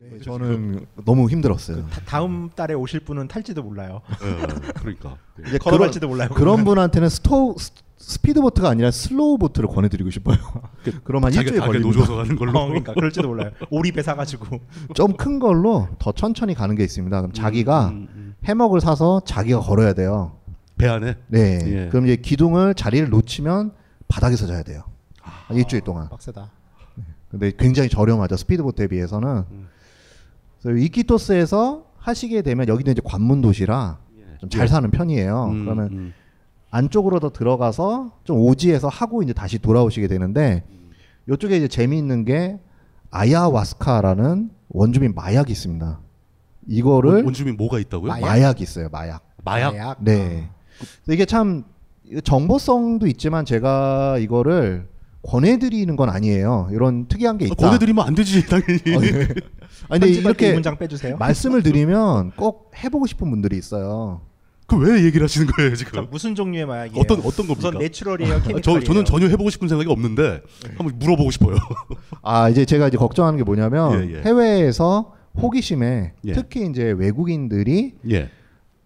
G: 네,
H: 저는 너무 힘들었어요.
G: 다- 다음 달에 오실 분은 탈지도 몰라요.
F: 그러니까.
H: 이제
G: 걸어갈지도 몰라요.
H: 그런 분한테는 스토 스- 스피드보트가 아니라 슬로우 보트를 권해드리고 싶어요. (laughs) 그럼 한
F: 자기-
H: 일주일
F: 자기
H: 걸립니다.
F: 노져서 가는 걸로. 음,
G: 어, 그러니까 그럴지도 몰라요. 오리배 사가지고.
H: 좀 큰 걸로 더 천천히 가는 게 있습니다. 그럼 자기가
F: 음.
H: 해먹을 사서 자기가 걸어야 돼요.
F: 배 안에?
H: 네.
F: 예.
H: 그럼 이제 기둥을 자리를 놓치면 바닥에서 자야 돼요.
F: 아.
H: 한 일주일 동안.
G: 빡세다.
H: 근데 굉장히 저렴하죠. 스피드보트에 비해서는.
F: 음.
H: 그래서 이키토스에서 하시게 되면 여기는 이제 관문 도시라 좀 잘
F: 예.
H: 사는 편이에요.
F: 음,
H: 어, 그러면 안쪽으로 더 들어가서 좀 오지에서 하고 이제 다시 돌아오시게 되는데 이쪽에 이제 재미있는 게 아야와스카라는 원주민 마약이 있습니다. 이거를
F: 원- 원주민 어, 뭐가 있다고요?
H: 아, 마약?
F: 마약?
H: 이 있어요. 마약.
F: 마약? 마약?
H: 네. 그래서 이게 참 정보성도 있지만 제가 이거를 권해드리는 건 아니에요. 이런 특이한 게 있다.
F: 어, 권해드리면 안 되지 당연히.
H: 아니 근데
G: 편집할 때
H: 이렇게
G: 이 문장 빼주세요.
H: 말씀을 드리면 꼭 해보고 싶은 분들이 있어요.
F: 그 왜 얘기를 하시는 거예요 지금?
G: 무슨 종류의 마약이에요?
F: 그 어떤 어떤 겁니까?
G: 예.
F: 아,
G: 우선 내추럴이에요, 케미컬이에요?
F: 저 저는 전혀 해보고 싶은 생각이 없는데 한번 물어보고 싶어요.
H: 아 이제 제가 이제 걱정하는 게 뭐냐면
F: 예, 예.
H: 해외에서 호기심에
F: 예.
H: 특히 이제 외국인들이
F: (laughs) 예.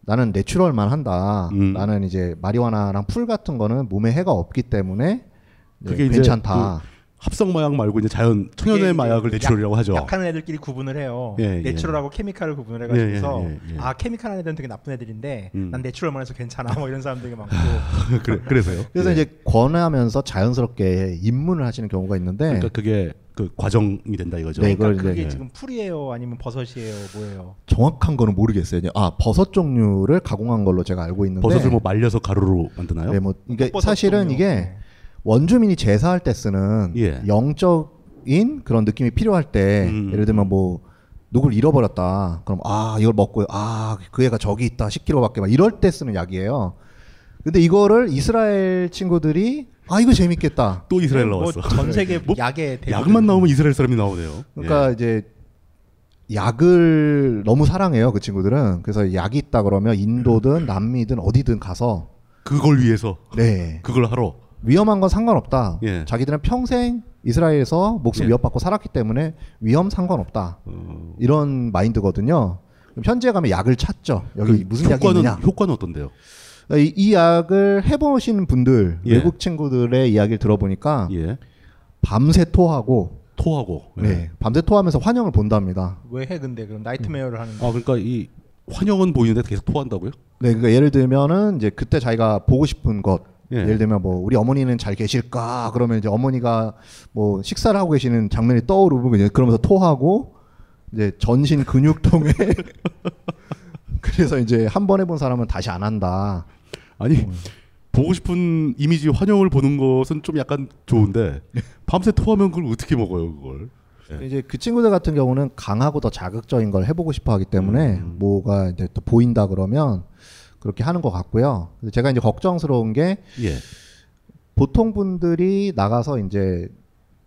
H: 나는 내추럴만 한다.
F: 음.
H: 나는 이제 마리화나랑 풀 같은 거는 몸에 해가 없기 때문에 이제
F: 그게 이제
H: 괜찮다.
F: 그 합성 마약 말고 이제 자연 천연의 마약을 내추럴이라고 하죠.
G: 약한 애들끼리 구분을 해요.
F: 예, 예.
G: 내추럴하고 케미칼을 구분을 해가지고서
F: 예, 예, 예, 예.
G: 아 케미칼한 애들은 되게 나쁜 애들인데
F: 음. 네.
G: 난 내추럴만 해서 괜찮아 뭐 이런 사람들이 많고
F: (laughs) 그래, 그래서요. 예.
H: 그래서 이제 권하면서 자연스럽게 입문을 하시는 경우가 있는데
F: 그러니까 그게 그 과정이 된다 이거죠.
H: 네, 이걸
G: 그러니까 그게
H: 이제
G: 지금 풀이에요 아니면 버섯이에요 뭐예요?
H: 정확한 거는 모르겠어요. 아 버섯 종류를 가공한 걸로 제가 알고 있는데
F: 버섯을 뭐 말려서 가루로 만드나요?
H: 네, 뭐 이게
F: 버섯
H: 사실은
F: 종류. 네. 예.
H: 이게 원주민이 제사할 때 쓰는 영적인 그런 느낌이 필요할 때
F: 음,
H: 예를 들면 뭐 누굴 잃어버렸다. 그럼 아 이걸 먹고 아 그 애가 저기 있다 10km밖에 막 이럴 때 쓰는 약이에요. 근데 이거를 이스라엘 친구들이 아 이거 재밌겠다.
F: 또 이스라엘 나왔어.
G: 뭐
F: 뭐
G: 전 세계 약에
F: 약만 나오면 이스라엘 사람이 나오네요. 예.
H: 그러니까 이제 약을 너무 사랑해요 그 친구들은. 그래서 약이 있다 그러면 인도든 남미든 어디든 가서
F: 그걸 위해서
H: 네.
F: 그걸 하러
H: 위험한 건 상관없다.
F: 예.
H: 자기들은 평생 이스라엘에서 목숨 위협받고 살았기 때문에 위험 상관없다.
F: 어.
H: 이런 마인드거든요. 그럼 현지에 가면 약을 찾죠. 여기
F: 그
H: 무슨 약이
F: 효과는-
H: 있느냐.
F: 효과는 어떤데요?
H: 이, 이 약을 해보신 분들
F: 예.
H: 외국 친구들의 이야기를 들어보니까 밤새 토하고
F: 토하고 예.
H: 네, 밤새 토하면서 환영을 본답니다.
G: 왜 해 근데 그럼 나이트메어를 하는
F: 아 그러니까 이 환영은 보이는데 계속 토한다고요?
H: 네, 그러니까 예를 들면은 이제 그때 자기가 보고 싶은 것
F: 예.
H: 예. 를 들면 뭐 우리 어머니는 잘 계실까 그러면 이제 어머니가 뭐 식사를 하고 계시는 장면이 떠오르고 이제 그러면서 토하고 이제 전신 근육통에 (laughs) 그래서 이제 한 번 해본 사람은 다시 안 한다.
F: 아니
H: 음.
F: 보고 싶은 이미지 환영을 보는 것은 좀 약간 좋은데
H: 네.
F: 밤새 토하면 그걸 어떻게 먹어요 그걸?
H: 이제 그 친구들 같은 경우는 강하고 더 자극적인 걸 해보고 싶어 하기 때문에 뭐가 이제 또 보인다 그러면 그렇게 하는 것 같고요. 근데 제가 이제 걱정스러운 게
F: 예.
H: 보통 분들이 나가서 이제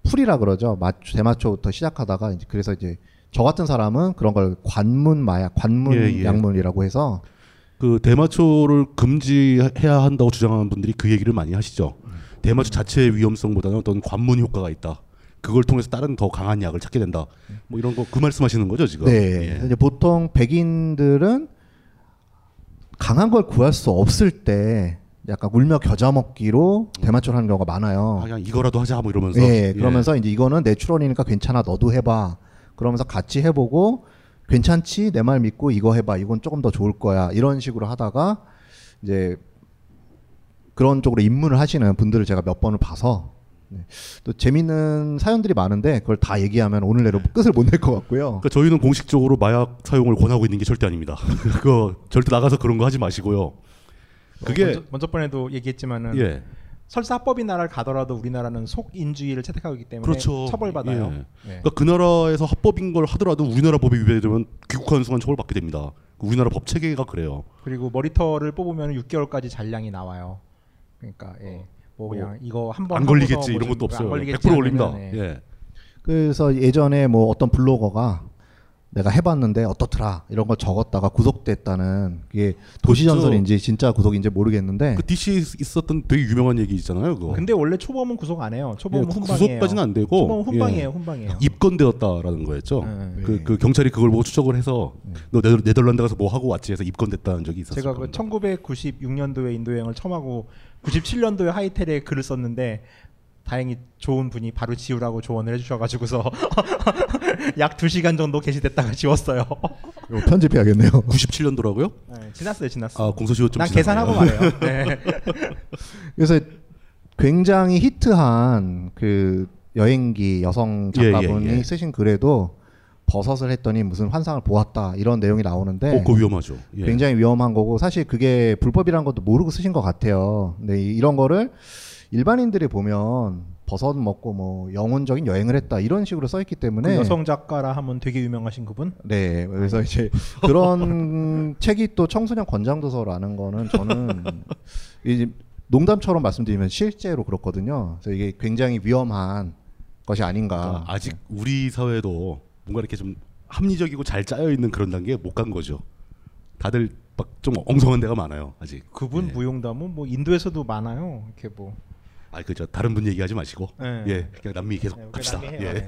H: 풀이라 그러죠. 마초, 대마초부터 시작하다가 이제 그래서 이제 저 같은 사람은 그런 걸 관문 마약, 관문
F: 예, 예.
H: 약물이라고 해서
F: 그 대마초를 금지해야 한다고 주장하는 분들이 그 얘기를 많이 하시죠. 대마초 자체의 위험성보다는 어떤 관문 효과가 있다. 그걸 통해서 다른 더 강한 약을 찾게 된다. 뭐 이런 거 그 말씀하시는 거죠 예. 지금?
H: 네. 그래서 이제 보통 백인들은 강한 걸 구할 수 없을 때 약간 울며 겨자 먹기로
F: 음.
H: 대마초를 하는 경우가 많아요.
G: 어.
F: 아, 그냥 이거라도 하자 뭐 이러면서.
H: 예, 그러면서 이제 이거는 내추럴이니까 괜찮아 너도 해봐 그러면서 같이 해보고 괜찮지 내 말 믿고 이거 해봐 이건 조금 더 좋을 거야 이런 식으로 하다가 이제 그런 쪽으로 입문을 하시는 분들을 제가 몇 번을 봐서 네. 또 재밌는 사연들이 많은데 그걸 다 얘기하면 오늘 내로 끝을 못 낼 것 같고요.
F: 네. 그러니까 저희는 공식적으로 마약 사용을 권하고 있는 게 절대 아닙니다. (laughs) 그거 절대 나가서 그런 거 하지 마시고요. 그게
G: 먼저, 먼저 번에도 얘기했지만은
F: 예.
G: 설사 합법인 나라를 가더라도 우리나라는 속인주의를 채택하고 있기 때문에
F: 그렇죠.
G: 처벌받아요.
F: 예.
G: 네.
F: 그러니까 그 나라에서 합법인 걸 하더라도 우리나라 법에 위배되면 귀국하는 순간 처벌받게 됩니다. 우리나라 법 체계가 그래요.
G: 그리고 머리털을 뽑으면 6개월까지 잔량이 나와요. 그러니까 예. 뭐 그냥 이거 한 번
F: 안 걸리겠지 이런
G: 네,
F: 것도 없어요. 100% 올립니다.
G: 예.
F: 예.
H: 그래서 예전에 뭐 어떤 블로거가 내가 해봤는데 어떻더라 이런 걸 적었다가 구속됐다는 이게 도시전설인지 진짜 구속인지 모르겠는데
F: 그 DC 있었던 되게 유명한 얘기 있잖아요. 그거.
G: 네. 근데 원래 초범은 구속 안 해요. 초범은
F: 어. 예, 구-
G: 훈방이에요.
F: 구속까지는 안 되고
G: 초범은 훈방이에요.
F: 예.
G: 훈방이에요. 네,
F: 입건되었다라는 거였죠. 그, 그 경찰이 그걸 보고 추적을 해서 너 네덜- 네덜란드 가서 뭐 하고 왔지 해서 입건됐다는 적이 있었어요.
G: 제가 그 1996년도에 인도 여행을 처음 하고 97년도에 하이텔에 글을 썼는데 다행히 좋은 분이 바로 지우라고 조언을 해주셔가지고서 (laughs) 약 2시간 정도 게시됐다가 지웠어요.
H: 이거 편집해야겠네요.
F: 97년도라고요?
G: 네, 지났어요, 지났어요.
F: 아 공소시효 좀
G: 난 계산하고 말해요. 네.
H: 그래서 굉장히 히트한 그 여행기 여성
F: 예, 예,
H: 작가분이
F: 예.
H: 쓰신 글에도 버섯을 했더니 무슨 환상을 보았다 이런 내용이
G: 네.
F: (laughs)
H: 나오는데
F: 어, 그거 위험하죠. 예.
H: 굉장히 위험한 거고 사실 그게 불법이라는 것도 모르고 쓰신 것 같아요. 근데 이- 이런 거를 일반인들이 보면 버섯 먹고 뭐 영혼적인 여행을 했다 이런 식으로 써 있기 때문에
F: 네.
G: 그 여성 작가라 하면 되게 유명하신 그분.
H: 네, 그래서 이제 (laughs) 그런 책이 또 청소년 권장도서라는 거는 (laughs) 저는 이제 농담처럼 말씀드리면 실제로 그렇거든요. 그래서 이게 굉장히 위험한 것이
G: 네.
H: 아닌가.
F: 그러니까 아직 우리 사회도 뭔가 이렇게 좀 합리적이고 잘 짜여 있는 그런 단계에 못 간 거죠. 다들 막 좀 엉성한 데가 많아요. 아직.
G: 그분 무용담은 뭐 인도에서도 많아요. 이렇게 뭐.
F: 아 그죠. 다른 분 얘기하지 마시고.
G: 네.
F: 예. 그냥 남미 계속
G: 네,
F: 갑시다.
G: 남미 해요.
F: 예.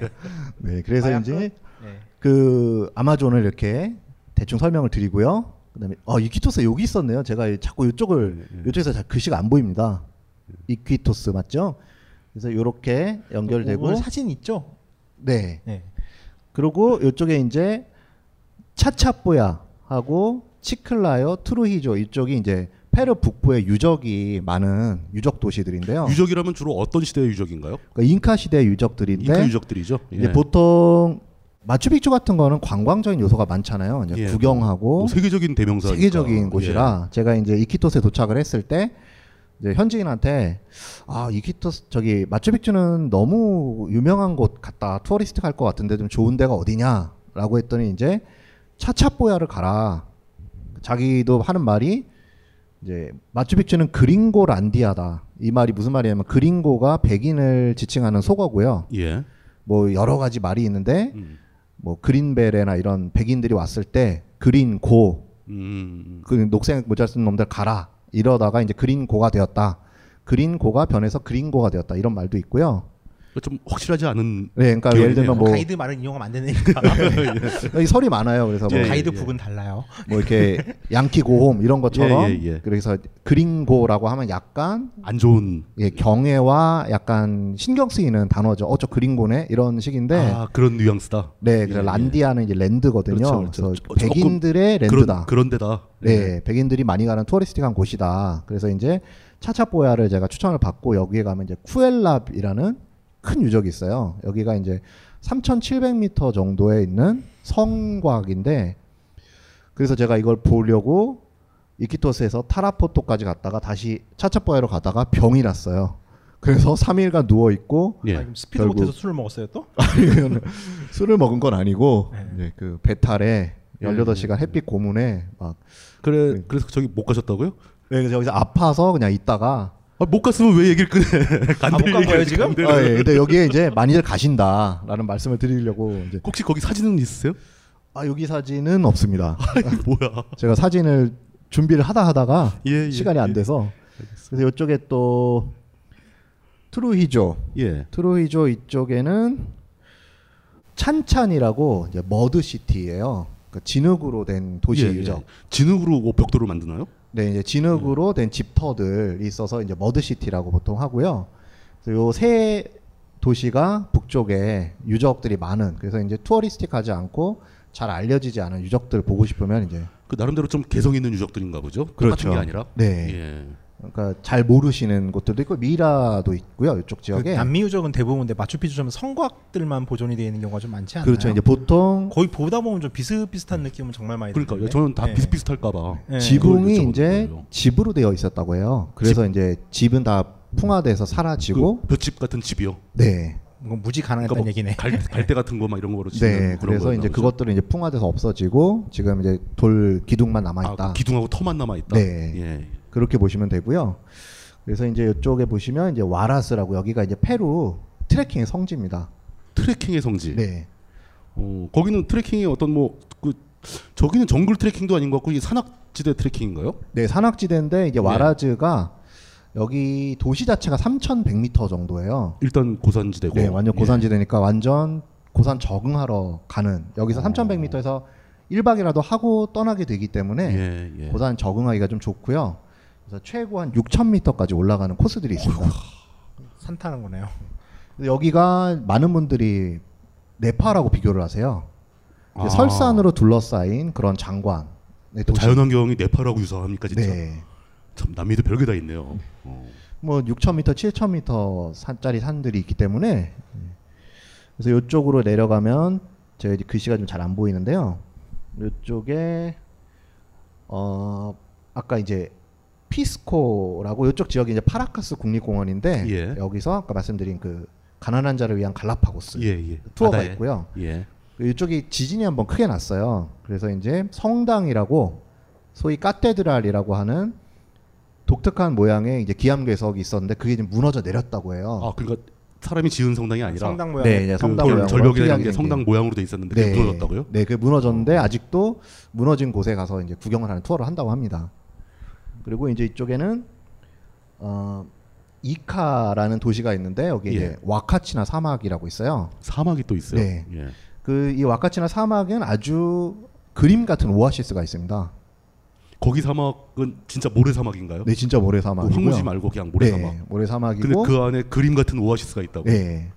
H: 네, 그래서
F: 마약은?
H: 이제
F: 네.
H: 그 아마존을 이렇게 대충 설명을 드리고요. 그다음에 어 이퀴토스 여기 있었네요. 제가 이- 자꾸 이쪽을 이쪽에서 잘 글씨가 안 보입니다. 예. 이퀴토스 맞죠? 그래서 이렇게 연결되고
G: 오늘 뭐 사진 있죠?
H: 네.
G: 네.
H: 그리고 이쪽에 이제 차차뽀야 하고 치클라요, 트루히조 이쪽이 이제 페루 북부의 유적이 많은 유적 도시들인데요.
F: 유적이라면 주로 어떤 시대의 유적인가요?
H: 그러니까 잉카 시대 유적들인데
F: 잉카 유적들이죠.
H: 이제
F: 예.
H: 보통 마추픽추 같은 거는 관광적인 요소가 많잖아요. 이제
F: 예,
H: 구경하고
F: 뭐 세계적인 대명사니까.
H: 세계적인
F: 예.
H: 곳이라 제가 이제 이키토스에 도착을 했을 때 이제 현지인한테 아 이키토스 저기 마추픽추는 너무 유명한 곳 같다 투어리스트 갈 것 같은데 좀 좋은 데가 어디냐라고 했더니 이제 차차뽀야를 가라 자기도 하는 말이 이제 마추픽추는 그린고란디아다 이 말이 무슨 말이냐면 그린고가 백인을 지칭하는 속어고요
F: 예.
H: 뭐 여러 가지 말이 있는데
F: 음.
H: 뭐 그린베레나 이런 백인들이 왔을 때 그린고
F: 음.
H: 그 녹색 모자 쓴 놈들 가라 이러다가 이제 그린고가 되었다 그린고가 변해서 그린고가 되었다 이런 말도 있고요
F: 좀 확실하지 않은
H: 네 그러니까 예를 들면 뭐
G: 가이드 말은 이용하면 안 되니까.
H: 여기 (laughs) 설이 많아요 그래서
F: 예,
H: 뭐
G: 가이드 북은 달라요.
H: 뭐 이렇게 양키 고홈 이런 것처럼
F: 예, 예, 예.
H: 그래서 그린고라고 하면 약간
F: 안 좋은
H: 예, 경애와 약간 신경 쓰이는 단어죠. 어저 그린고네 이런 식인데
F: 아, 그런 뉘앙스다.
H: 네, 그래서 란디아는 이제 랜드거든요.
F: 그렇죠,
H: 래
F: 그렇죠.
H: 서
F: 조- 조금
H: 백인들의
F: 그런-
H: 랜드다.
F: 그런 데다.
H: 네, 백인들이 많이 가는 투어리스틱한 곳이다. 그래서 이제 차차뽀야를 제가 추천을 받고 여기에 가면 이제 쿠엘랍이라는 큰 유적이 있어요. 여기가 이제 3,700m 정도에 있는 성곽인데 그래서 제가 이걸 보려고 이키토스에서 타라포토까지 갔다가 다시 차차뽀야로 가다가 병이 났어요. 그래서 3일간 누워 있고 (laughs)
F: 예.
G: 아, 그럼 스피드보트에서 술을 먹었어요 또?
H: 이거는 술을 먹은 건 아니고 이제 그 배탈에 18시간 햇빛 고문에 막
F: 그래 그래서 저기 못 가셨다고요? 아,
H: 네, 그래서 여기서 아파서 그냥 있다가
F: 못 갔으면 왜 얘기를
H: (laughs)
F: 끊어? 안 들리게 하니까 안 들리게.
H: 아, 예. 근데 여기에 이제 많이들 가신다라는 말씀을 드리려고 이제
F: 혹시 거기 사진은 있으세요?
H: 아, 여기 사진은 없습니다.
F: (laughs) 뭐야?
H: 제가 사진을 준비를 하다 하다가
F: 예, 예,
H: 시간이 안
F: 예.
H: 돼서 그래서 이쪽에 또 트루히조.
F: 예.
H: 트루히조 이쪽에는 찬찬이라고 이제 머드 시티예요. 그 진흙으로 된 도시
F: 예, 예.
H: 유적.
F: 진흙으로 뭐 벽돌을 만드나요?
H: 네, 이제 진흙으로 된 집터들이 있어서 이제 머드시티라고 보통 하고요. 요세 도시가 북쪽에 유적들이 많은 그래서 이제 투어리스틱하지 않고 잘 알려지지 않은 유적들 보고 싶으면 이제
F: 그 나름대로 좀 개성 있는 유적들인가 보죠. 똑같은 게 아니라.
H: 네.
F: 예.
H: 그러니까 잘 모르시는 곳들도 있고 미라도 있고요. 이쪽
G: 그
H: 지역에.
G: 남미 유적은 대부분 근데 마추픽추처럼 성곽들만 보존이 되어 있는 경우가 좀 많지 않나요?
H: 그렇죠. 이제 보통
G: 거의 보다 보면 좀 비슷비슷한 느낌은 정말 많이
F: 그러니까요.
G: 드는데.
F: 저는 다
G: 예.
F: 비슷비슷할까봐.
H: 네.
G: 예.
H: 지붕이 이제 집으로 되어 있었다고 해요. 그래서 이제 집은 다 풍화돼서
G: 그
H: 사라지고
F: 그 볏집 같은 집이요.
H: 네.
G: 이건 무지 가능했다는
F: 그러니까 뭐
G: 얘기네.
F: 갈, 갈대 같은 거 막 이런 거로 짓는
H: 네,
F: 그런
H: 그래서
F: 거였나
H: 이제
F: 보죠.
H: 그것들은 이제 풍화돼서 없어지고 지금 이제 돌 기둥만 남아 있다.
F: 아, 그 기둥하고 터만 남아 있다.
H: 네,
F: 예.
H: 그렇게 보시면 되고요. 그래서 이제 이쪽에 보시면 이제 와라스라고 여기가 이제 페루 트레킹의 성지입니다.
F: 예. 트레킹의 성지.
H: 네,
F: 어, 거기는 트레킹이 어떤 뭐그 저기는 정글 트레킹도 아닌 것 같고 이 산악지대 트레킹인가요?
H: 네, 산악지대인데
F: 예.
H: 이게 와라즈가 여기 도시 자체가 3,100m 정도예요.
F: 일단 고산지대고. 예.
H: 네, 완전 고산지대니까 완전 고산 적응하러 가는 여기서 3,100m에서 1박이라도 하고 떠나게 되기 때문에
F: 예, 예.
H: 고산 적응하기가 좀 좋고요. 그래서 최고 한 6,000m까지 올라가는 코스들이 있습니다.
G: 산 타는 거네요.
H: 여기가 많은 분들이 네팔하고 비교를 하세요. 이제
F: 아.
H: 설산으로 둘러싸인 그런 장관.
F: 그 자연환경이 네팔하고 유사합니까 진짜?
H: 네.
F: 참 남미도 별게 다 있네요. 어.
H: 뭐 6,000m, 7,000m 산짜리 산들이 있기 때문에 예. 그래서 이쪽으로 내려가면 제가 이제 글씨가 좀 잘 안 보이는데요. 이쪽에 어 아까 이제 피스코라고 이쪽 지역이 이제 파라카스 국립공원인데
F: 예.
H: 여기서 아까 말씀드린 그 가난한 자를 위한 갈라파고스
F: 예, 예.
H: 투어가
F: 바다에.
H: 있고요.
F: 예.
H: 그 이쪽이 지진이 한번 크게 났어요. 그래서 이제 성당이라고 소위 카테드랄이라고 하는 독특한 모양의 이제 기암괴석이 있었는데 그게 지금 무너져 내렸다고 해요.
F: 아 그러니까 사람이 지은 성당이 아니라
H: 어. 성당 모양. 네, 네, 성당
F: 그
H: 모양으로
F: 절벽이라는
H: 특이하게
F: 게
H: 생긴.
F: 성당 모양으로 돼 있었는데 그게 무너졌다고요?
H: 네, 그게 무너졌는데 아직도 무너진 곳에 가서 이제 구경을 하는 투어를 한다고 합니다. 그리고 이제 이쪽에는 어, 이카라는 도시가 있는데 여기
F: 예.
H: 이제 와카치나 사막이라고 있어요.
F: 사막이 또 있어요.
H: 네.
F: 예.
H: 그 이 와카치나 사막은 아주 그림 같은 오아시스가 있습니다.
F: 거기 사막은 진짜 모래 사막인가요?
H: 네, 진짜 모래 사막.
F: 그 황무지 말고 그냥 모래 사막.
H: 네, 모래 사막이고.
F: 근데 그 안에 그림 같은 오아시스가 있다고.
H: 네.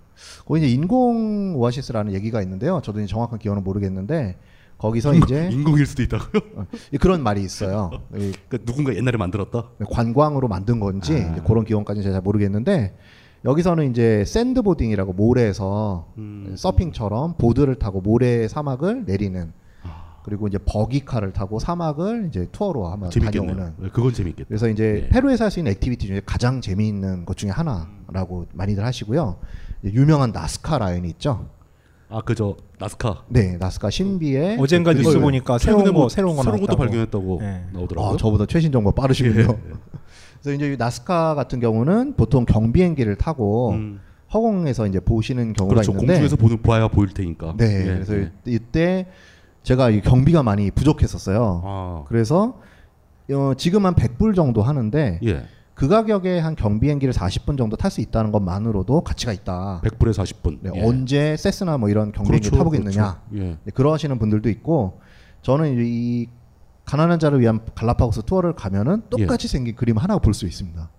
H: 거기 이제 인공 오아시스라는 얘기가 있는데요. 저도 이제 정확한 기원은 모르겠는데 거기서
F: 인공-
H: 이제
F: 인공일 수도 있다고요? (laughs)
H: 예, 그런 말이 있어요. 그러니까
F: 누군가 옛날에 만들었다.
H: 관광으로 만든 건지
F: 아.
H: 이제 그런 기원까지 제가 잘 모르겠는데 여기서는 이제 샌드보딩이라고 모래에서
F: 음.
H: 서핑처럼 보드를 타고 모래 사막을 내리는 그리고 이제 버기카를 타고 사막을 이제 투어로 아, 한번
F: 아. 재밌겠네요.
H: 다녀오는
F: 네, 그건 재밌겠다.
H: 그래서 이제
F: 네.
H: 페루에서 할 수 있는 액티비티 중에 가장 재미있는 것 중에 하나라고 많이들 하시고요. 이제 유명한 나스카 라인이 있죠.
F: 아 그저 나스카.
H: 네, 나스카 신비의
G: 어젠가
H: 그
G: 뉴스
H: 그림을-
G: 보니까 새로운 최근에 거- 뭐 새로운 거 새로운 것도
F: 발견했다고 나오더라고요. 예.
H: 아, 저보다 최신 정보 빠르시군요. (laughs) 그래서 이제 이 나스카 같은 경우는 보통 경비행기를 타고 허공에서 이제 보시는 경우가
F: 음. 그렇죠.
H: 있는데
F: 공중에서 보는 봐야 보일 테니까.
H: 네,
F: 예,
H: 그래서
F: 예.
H: 이때 제가 이 경비가 많이 부족했었어요.
F: 아.
H: 그래서 어, 지금 한 100불 정도 하는데
F: 예.
H: 그 가격에 한 경비행기를 40분 정도 탈 수 있다는 것만으로도 가치가 있다.
F: 100불에 40분. 예.
H: 네, 언제 세스나 뭐 이런 경비행기 를
F: 그렇죠,
H: 타보겠느냐.
F: 그렇죠. 예.
H: 그러시는 분들도 있고 저는 이제 이 가난한 자를 위한 갈라파고스 투어를 가면은
F: 예.
H: 똑같이 생긴 그림 하나 볼 수 있습니다.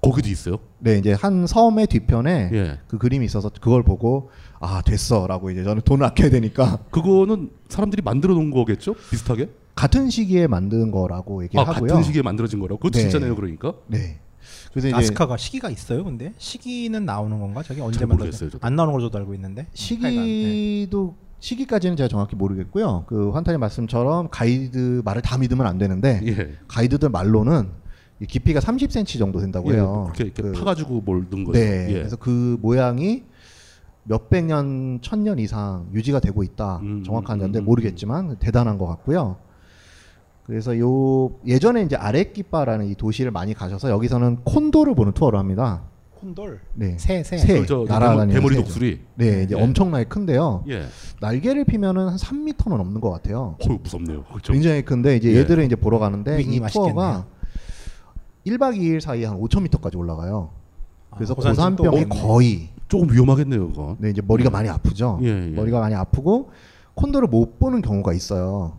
F: 거기도 있어요?
H: 네, 이제 한 섬의 뒤편에
F: 예.
H: 그 그림이 있어서 그걸 보고 아 됐어라고 이제 저는 돈을 아껴야 되니까 (laughs)
F: 그거는 사람들이 만들어 놓은 거겠죠? 비슷하게?
H: 같은 시기에 만든 거라고
F: 아,
H: 예, 얘기하고요.
F: 같은 시기에 만들어진 거라고? 그거
H: 네.
F: 진짜네요, 그러니까?
H: 네. 그래서 이제
G: 나스카가 시기가 있어요, 근데 시기는 나오는 건가? 저게 언제
H: 잘
G: 만든?
H: 모르겠어요, 저도.
G: 안 나오는 걸 저도 알고 있는데 네.
F: 네.
H: 시기도 시기까지는 제가 정확히 모르겠고요. 그 환타님 말씀처럼 가이드 말을 다 믿으면 안 되는데
F: 예.
H: 가이드들 말로는 이 깊이가 30cm 정도 된다고
F: 예,
H: 해요.
F: 그렇게 이렇게
H: 그-
F: 파가지고 뭘 넣은 거죠.
H: 네.
F: 예.
H: 그래서 그 모양이 몇백 년, 천 년 이상 유지가 되고 있다.
F: 음,
H: 정확한 건데 모르겠지만 대단한 것 같고요. 그래서 요 예전에 이제 아레키파라는 이 도시를 많이 가셔서 여기서는 콘도를 보는 투어를 합니다.
G: 콘돌.
H: 네.
G: 새, 새.
F: 저
H: 날아다니는
F: 대머리- 대머리
H: 새죠.
F: 독수리.
H: 네, 이제
F: 예.
H: 엄청나게 큰데요.
F: 예.
H: 날개를 피면은 한 3m는 넘는 것 같아요.
F: 어휴, 무섭네요. 그렇죠?
H: 굉장히 큰데 이제
F: 예.
H: 얘들을 이제 보러 가는데
F: 윙이
H: 이 투어가 1박 2일 사이에 한 5,000m까지 올라가요. 그래서
F: 아, 고산증도
H: 고산병이
F: 있네.
H: 거의
F: 조금 위험하겠네요, 그거.
H: 네, 이제 머리가 많이 아프죠.
F: 예, 예.
H: 머리가 많이 아프고 콘도를 못 보는 경우가 있어요.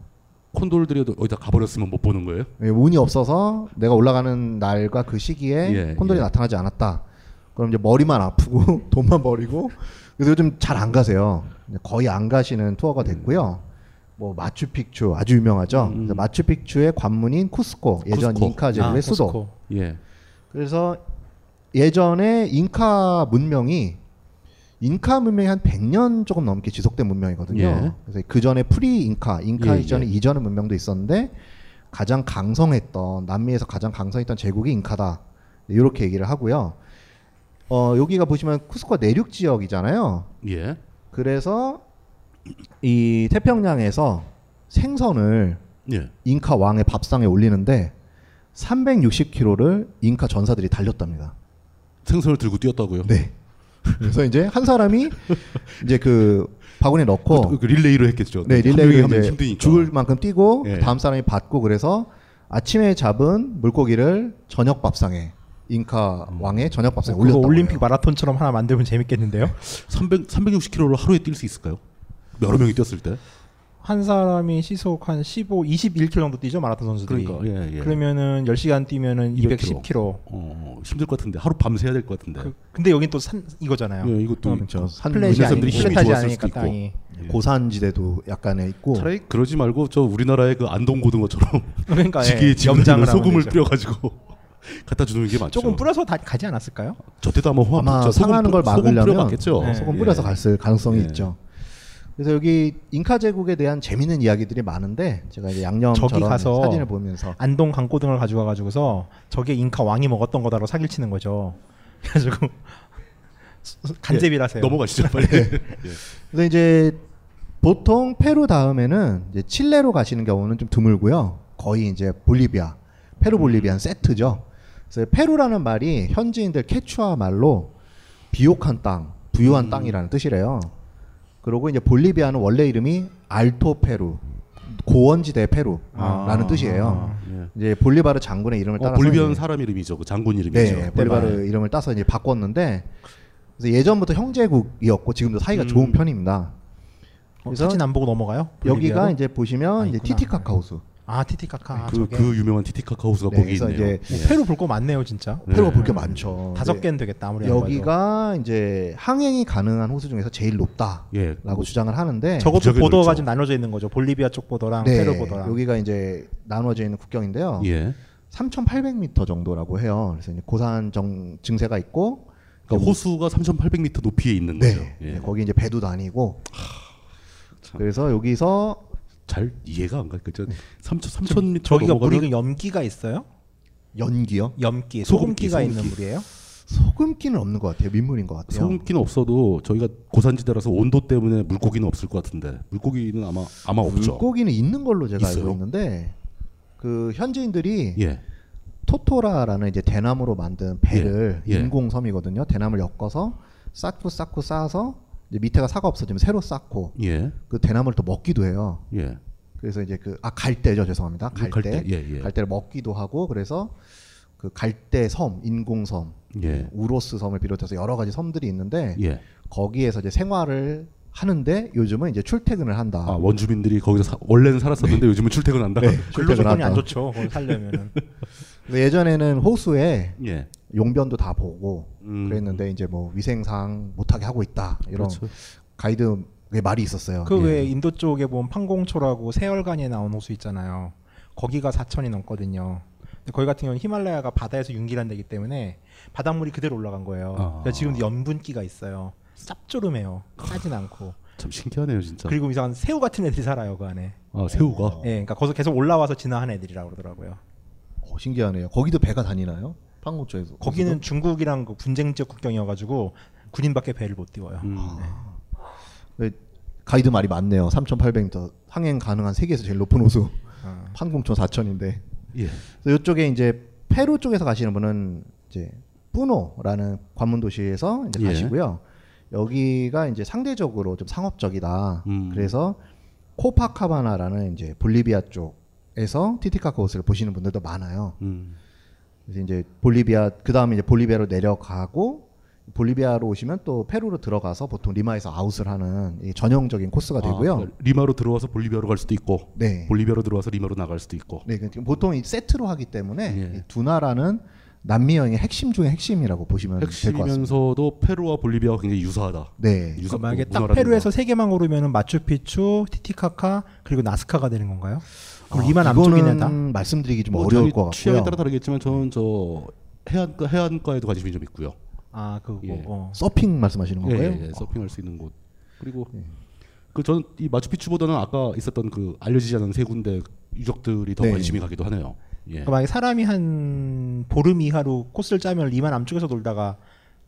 F: 콘돌들이 어디다 가버렸으면 못 보는 거예요?
H: 예, 운이 없어서 내가 올라가는 날과 그 시기에
F: 예,
H: 콘돌이
F: 예.
H: 나타나지 않았다. 그럼 이제 머리만 아프고 (laughs) 돈만 버리고 그래서 요즘 잘 안 가세요. 이제 거의 안 가시는 투어가
F: 음.
H: 됐고요. 뭐 마추픽추 아주 유명하죠. 그래서 마추픽추의 관문인 쿠스코 예전
F: 쿠스코.
H: 잉카 제국의
F: 아,
H: 수도.
F: 쿠스코. 예.
H: 그래서 예전에 잉카 문명이 잉카 문명이 한 100년 조금 넘게 지속된 문명이거든요.
F: 예.
H: 그래서 그 전에 프리 잉카, 잉카
F: 예,
H: 이전에
F: 예.
H: 이전의 문명도 있었는데 가장 강성했던 남미에서 가장 강성했던 제국이 잉카다. 이렇게 얘기를 하고요. 어, 여기가 보시면 쿠스코 내륙 지역이잖아요.
F: 예.
H: 그래서 이 태평양에서 생선을
F: 예.
H: 잉카 왕의 밥상에 올리는데 360km를 잉카 전사들이 달렸답니다.
F: 생선을 들고 뛰었다고요?
H: 네. 그래서 이제 한 사람이 이제 그 바구니에 넣고
F: 그- 그 릴레이로 했겠죠.
H: 네,
F: 한
H: 릴레이
F: 명이 하면
H: 이제
F: 힘드니까. 예.
H: 죽을 만큼 뛰고 다음 사람이 받고 그래서 아침에 잡은 물고기를 저녁 밥상에 잉카
F: 음.
H: 왕의 저녁 밥상에
F: 어,
G: 그거
H: 올렸다고 해요.
G: 올림픽 마라톤처럼 하나 만들면 재밌겠는데요?
F: 300 360km로 하루에 뛸 수 있을까요? 여러 명이 뛰었을 때.
G: 한 사람이 시속 한 15, 21km 정도 뛰죠 마라톤 선수들이.
F: 그러니까, 예, 예.
G: 그러면은 10시간 뛰면은
F: 200km.
G: 210km.
F: 어, 힘들 것 같은데 하루 밤새야 될 것 같은데.
G: 그, 근데 여긴 또 산 이거잖아요.
F: 예, 이것도
G: 음,
F: 그렇죠. 산
G: 플랫이
F: 있는
G: 아니고
F: 사람들이 힘이
G: 플랫하지
F: 좋았을 수도
G: 않으니까
F: 있고.
G: 땅이.
H: 고산지대도 약간에 있고
F: 예. 차라리 그러지 말고 저 우리나라의 그 안동 고등어처럼
G: 그러니까, 예,
F: 지게
G: 염장을
F: 지면
G: 하면
F: 소금을
G: 되죠.
F: 뿌려가지고 (laughs) 갖다 주는 게 맞죠.
G: 조금 뿌려서 다 가지 않았을까요?
F: 저 때도 아마 호흡
H: 아마
F: 저 소금
H: 상하는
F: 뿌-
H: 걸 막으려면
F: 소금 뿌려봤겠죠. 예,
H: 네, 소금 뿌려서 갔을 가능성이 있죠. 그래서 여기 잉카 제국에 대한 재밌는 이야기들이 많은데 제가 이제
G: 저기
H: 양념처럼
G: 가서
H: 사진을 보면서
G: 안동 강고등을 가져와 가지고서 저게 잉카 왕이 먹었던 거다로 사기를 치는 거죠. (laughs) 그래가지고 간제비라세요.
F: 예, 넘어가시죠, 빨리.
H: 네. 그래서 이제 보통 페루 다음에는 이제 칠레로 가시는 경우는 좀 드물고요. 거의 이제 볼리비아, 페루
F: 음.
H: 볼리비안 세트죠. 그래서 페루라는 말이 현지인들 캐추아 말로 비옥한 땅,
F: 음.
H: 부유한 땅이라는 뜻이래요. 그리고 이제 볼리비아는 원래 이름이 알토 페루, 고원지대 페루라는
F: 아.
H: 뜻이에요.
F: 예.
H: 이제 볼리바르 장군의 이름을
F: 어,
H: 따라서
F: 볼리비안
H: 이제
F: 사람 이름이죠. 그 장군 이름이죠.
H: 네, 볼리바르 이름을 따서 이제 바꿨는데 그래서 예전부터 형제국이었고 지금도 사이가
G: 음.
H: 좋은 편입니다.
G: 어, 사진 안 보고 넘어가요?
H: 여기가
G: 볼리비아로?
H: 이제 보시면 이제 티티카카 호수.
G: 아 티티카카.
F: 그,
G: 저게.
F: 그 유명한 티티카카 호수가
H: 네,
F: 거기
H: 그래서
F: 있네요.
H: 이제
F: 예.
G: 페루 볼 거 많네요 진짜.
H: 페루가 볼 게
F: 어,
H: 많죠.
G: 다섯
H: 네.
G: 개는 되겠다 아무리 안 봐도.
H: 여기가 이제 항행이 가능한 호수 중에서 제일 높다라고
G: 예,
H: 주장을 하는데
G: 저것도 보더가 지금 나눠져 있는 거죠. 볼리비아 쪽 보더랑
H: 네,
G: 페루 보더랑.
H: 여기가 이제 나눠져 있는 국경인데요.
F: 예.
H: 3,800m 정도라고 해요. 그래서 이제 고산 정, 증세가 있고
F: 그러니까 호수가 3,800m 높이에 있는
H: 네.
F: 거죠. 예.
H: 네, 거기 이제 배도 다니고 그래서 여기서
F: 잘 이해가 안 가니까 3 3,000m 넘어가면
G: 저기가 물이 그 염기가 있어요?
H: 연기요?
G: 염기,
F: 소금기,
G: 소금기가 있는
F: 소금기.
G: 물이에요?
H: 소금기는 없는 것 같아요. 민물인 것 같아요.
F: 소금기는 없어도 저희가 고산지대라서 온도 때문에 물고기는 없을 것 같은데 물고기는 아마 아마 없죠.
H: 물고기는 있는 걸로 제가
F: 있어요?
H: 알고 있는데 그 현지인들이
F: 예.
H: 토토라라는 이제 대나무로 만든 배를
F: 예, 예.
H: 인공 섬이거든요. 대나무를 엮어서 쌓고 쌓고 쌓아서 이제 밑에가 사가 없어지면 새로 쌓고
F: 예.
H: 그 대나무를 또 먹기도 해요.
F: 예.
H: 그래서 이제 그 아 갈대죠 죄송합니다
F: 음, 갈대,
H: 갈대
F: 예, 예.
H: 갈대를 먹기도 하고 그래서 그 갈대 섬 인공 섬 네.
F: 예.
H: 우로스 섬을 비롯해서 여러 가지 섬들이 있는데
F: 예.
H: 거기에서 이제 생활을 하는데 요즘은 이제 출퇴근을 한다.
F: 아, 원주민들이 거기서 사- 원래는 살았었는데 요즘은 출퇴근한다.
H: 네, 출퇴근한다.
G: (laughs) 거기 살려면은.
H: 근데 예전에는 호수에
F: 예. 음.
H: 용변도 다 보고 그랬는데 이제 뭐 위생상 못하게 하고 있다 이런
G: 음. 그렇죠.
H: 가이드의 말이 있었어요. 예.
G: 그 왜 인도 쪽에 보면 판공초라고 세월간에 나온 호수 있잖아요. 거기가 4천이 넘거든요. 근데 거기 같은 경우는 히말라야가 바다에서 윤기란 데기 때문에 바닷물이 그대로 올라간 거예요.
F: 아.
G: 그러니까 지금도 염분기가 있어요. 짭조름해요. 짜진 않고.
F: 참 신기하네요, 진짜.
G: 그리고 이상한 새우 같은 애들이 살아요 그 안에.
F: 아, 새우가?
G: 예, 그러니까 거기서 계속 올라와서 진화한 애들이라고 그러더라고요.
H: 어, 신기하네요. 거기도 배가 다니나요? 판공초에서
G: 거기는 중국이랑 그 분쟁 지역 국경이어가지고 군인밖에 배를 못 띄워요.
H: 아, 음,
F: 음.
H: 네, 가이드 말이 맞네요. 3,800m 항행 가능한 세계에서 제일 높은 호수
G: 아.
H: 판공촌 4천인데.
F: 예.
H: 이쪽에 이제 페루 쪽에서 가시는 분은 이제 뿌노라는 관문 도시에서 이제
F: 예.
H: 가시고요. 여기가 이제 상대적으로 좀 상업적이다.
F: 음.
H: 그래서 코파카바나라는 이제 볼리비아 쪽에서 티티카카 호수를 보시는 분들도 많아요.
F: 음.
H: 그래서 이제 볼리비아 그 다음에 이제 볼리비아로 내려가고 볼리비아로 오시면 또 페루로 들어가서 보통 리마에서 아웃을 하는 이 전형적인 코스가 되고요.
F: 아, 그러니까 리마로 들어와서 볼리비아로 갈 수도 있고,
H: 네.
F: 볼리비아로 들어와서 리마로 나갈 수도 있고.
H: 네, 그러니까 보통 이 세트로 하기 때문에
F: 예.
H: 이두 나라는 남미 여행의 핵심 중의 핵심이라고 보시면 될 것 같습니다.
F: 핵심이면서도 페루와 볼리비아가 굉장히 유사하다. 뭐
H: 네.
G: 그러니까 만약에 딱
H: 뭐?
G: 페루에서 세 개만 고르면은 마추픽추, 티티카카 그리고 나스카가 되는 건가요? 그럼 이만
H: 아, 이거는
G: 남쪽이네다.
H: 말씀드리기 좀 어려울 것 같고요.
F: 뭐 취향에 따라 다르겠지만 저는 저 해안가 해안가에도 관심이 좀 있고요.
G: 아 그거
H: 예.
G: 어.
H: 서핑 말씀하시는
F: 예,
H: 건가요? 예.
F: 예, 예, 서핑할 수 있는 곳. 그리고 그 저는 이 마추픽추보다는 아까 있었던 그 알려지지 않은 세 군데 유적들이 더
G: 네.
F: 관심이 가기도 하네요. 예.
G: 그러니까 만약에 사람이 한 보름 이하로 코스를 짜면 이만 남쪽에서 놀다가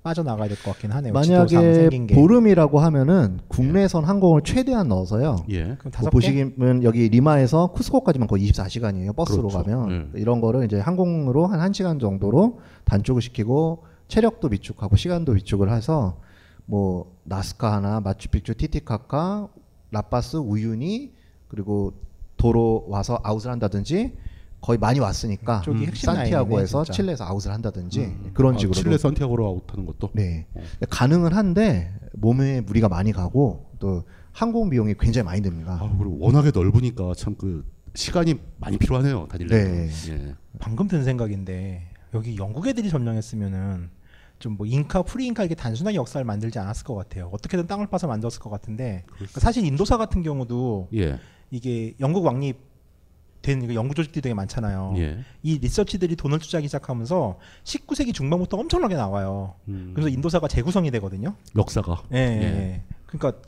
G: 빠져나가야 될 것 같긴 하네요. 지도상 생긴
H: 만약에
G: 게.
H: 보름이라고 하면은 국내선 항공을 최대한 넣어서요.
F: 예.
G: 그럼
H: 뭐
G: 다섯 개?
H: 보시면 여기 리마에서 쿠스코까지만 거의 24시간이에요. 버스로
F: 그렇죠.
G: 음.
H: 가면 이런 거를 이제 항공으로 한 1시간 정도로 단축을 시키고 체력도 위축하고 시간도 위축을 해서 뭐 나스카 하나, 마추픽추, 티티카카, 라파스, 우유니 그리고 도로 와서 아웃을 한다든지 거의 많이 왔으니까
G: 쪽이 음, 핵심
H: 산티아고에서
G: 라인이네, 진짜.
H: 칠레에서 아웃을 한다든지
F: 음.
H: 그런
F: 아,
H: 식으로
F: 칠레 산티아고로 아웃하는 것도
H: 네
G: 음.
H: 가능은 한데 몸에 무리가 많이 가고 또 항공 비용이 굉장히 많이 듭니다.
F: 아, 그리고 워낙에 넓으니까 참 그 시간이 많이 필요하네요 예. 다닐래.
G: 방금 든 생각인데 여기 영국 애들이 점령했으면은 좀 뭐 잉카 프리잉카 이렇게 단순한 역사를 만들지 않았을 것 같아요. 어떻게든 땅을 파서 만들었을 것 같은데 사실 인도사 같은 경우도
F: 예.
G: 이게 영국 왕립 된 이거 연구 조직들이 되게
H: 어.
G: 많잖아요.
F: 예.
G: 이 리서치들이 돈을 투자하기 시작하면서 19세기 중반부터 엄청나게 나와요.
F: 음.
G: 그래서 인도사가 재구성이 되거든요.
F: 역사가.
H: 네,
G: 예, 예, 예. 그러니까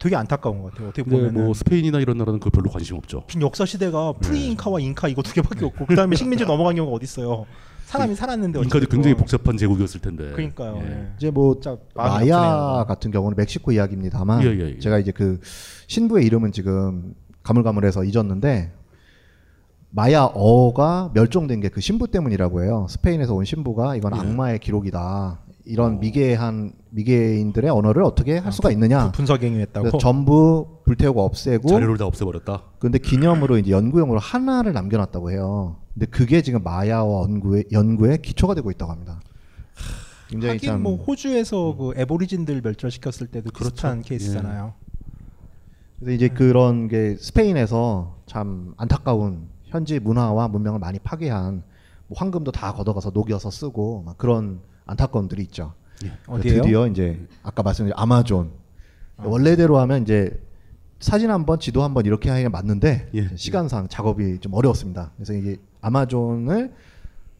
G: 되게 안타까운 것 같아요. 어떻게
F: 근데
G: 보면은
F: 뭐 네. 스페인이나 이런 나라는 그 별로 관심 없죠.
G: 지금 역사 시대가 프리잉카와 잉카 이거 두 개밖에 없고
F: (laughs)
G: 그다음에 식민지 넘어간 경우가 어디 있어요? 사람이
H: 네,
G: 살았는데
F: 인카도
G: 어찌됐건.
F: 굉장히 복잡한 제국이었을 텐데.
G: 그러니까요. 예.
H: 이제 뭐
G: 마음이
H: 마야 같은 경우는 멕시코 이야기입니다만
F: 예, 예, 예.
H: 제가 이제 그 신부의 이름은 지금 가물가물해서 잊었는데 마야 어가 멸종된 게 그 신부 때문이라고 해요. 스페인에서 온 신부가
G: 예.
H: 이건 악마의 기록이다.
G: 어.
H: 이런 미개한 미개인들의 언어를 어떻게
G: 아,
H: 할 수가 있느냐?
G: 분석행위했다고?
H: 그래서 전부 불태우고 없애고
F: 자료를 다 없애버렸다.
H: 근데 기념으로 이제 연구용으로 하나를 남겨놨다고 해요. 근데 그게 지금 마야와 연구의 연구의 기초가 되고 있다고 합니다. 굉장히
G: 하긴
H: 참
G: 뭐 호주에서
F: 음.
G: 그 에보리진들 멸절시켰을 때도 비슷한
F: 그렇죠. 예.
G: 케이스잖아요.
H: 그래서
G: 네.
H: 이제 그런 게 스페인에서 참 안타까운 현지 문화와 문명을 많이 파괴한 뭐 황금도 다 걷어가서 녹여서 쓰고 막 그런 안타까움들이 있죠.
G: 어디예요?
H: 드디어 이제 아까 말씀드린 아마존 원래대로 하면 이제 사진 한번 지도 한번 이렇게 하기가 맞는데
G: 예.
H: 시간상 작업이 좀 어려웠습니다. 그래서 이게 아마존을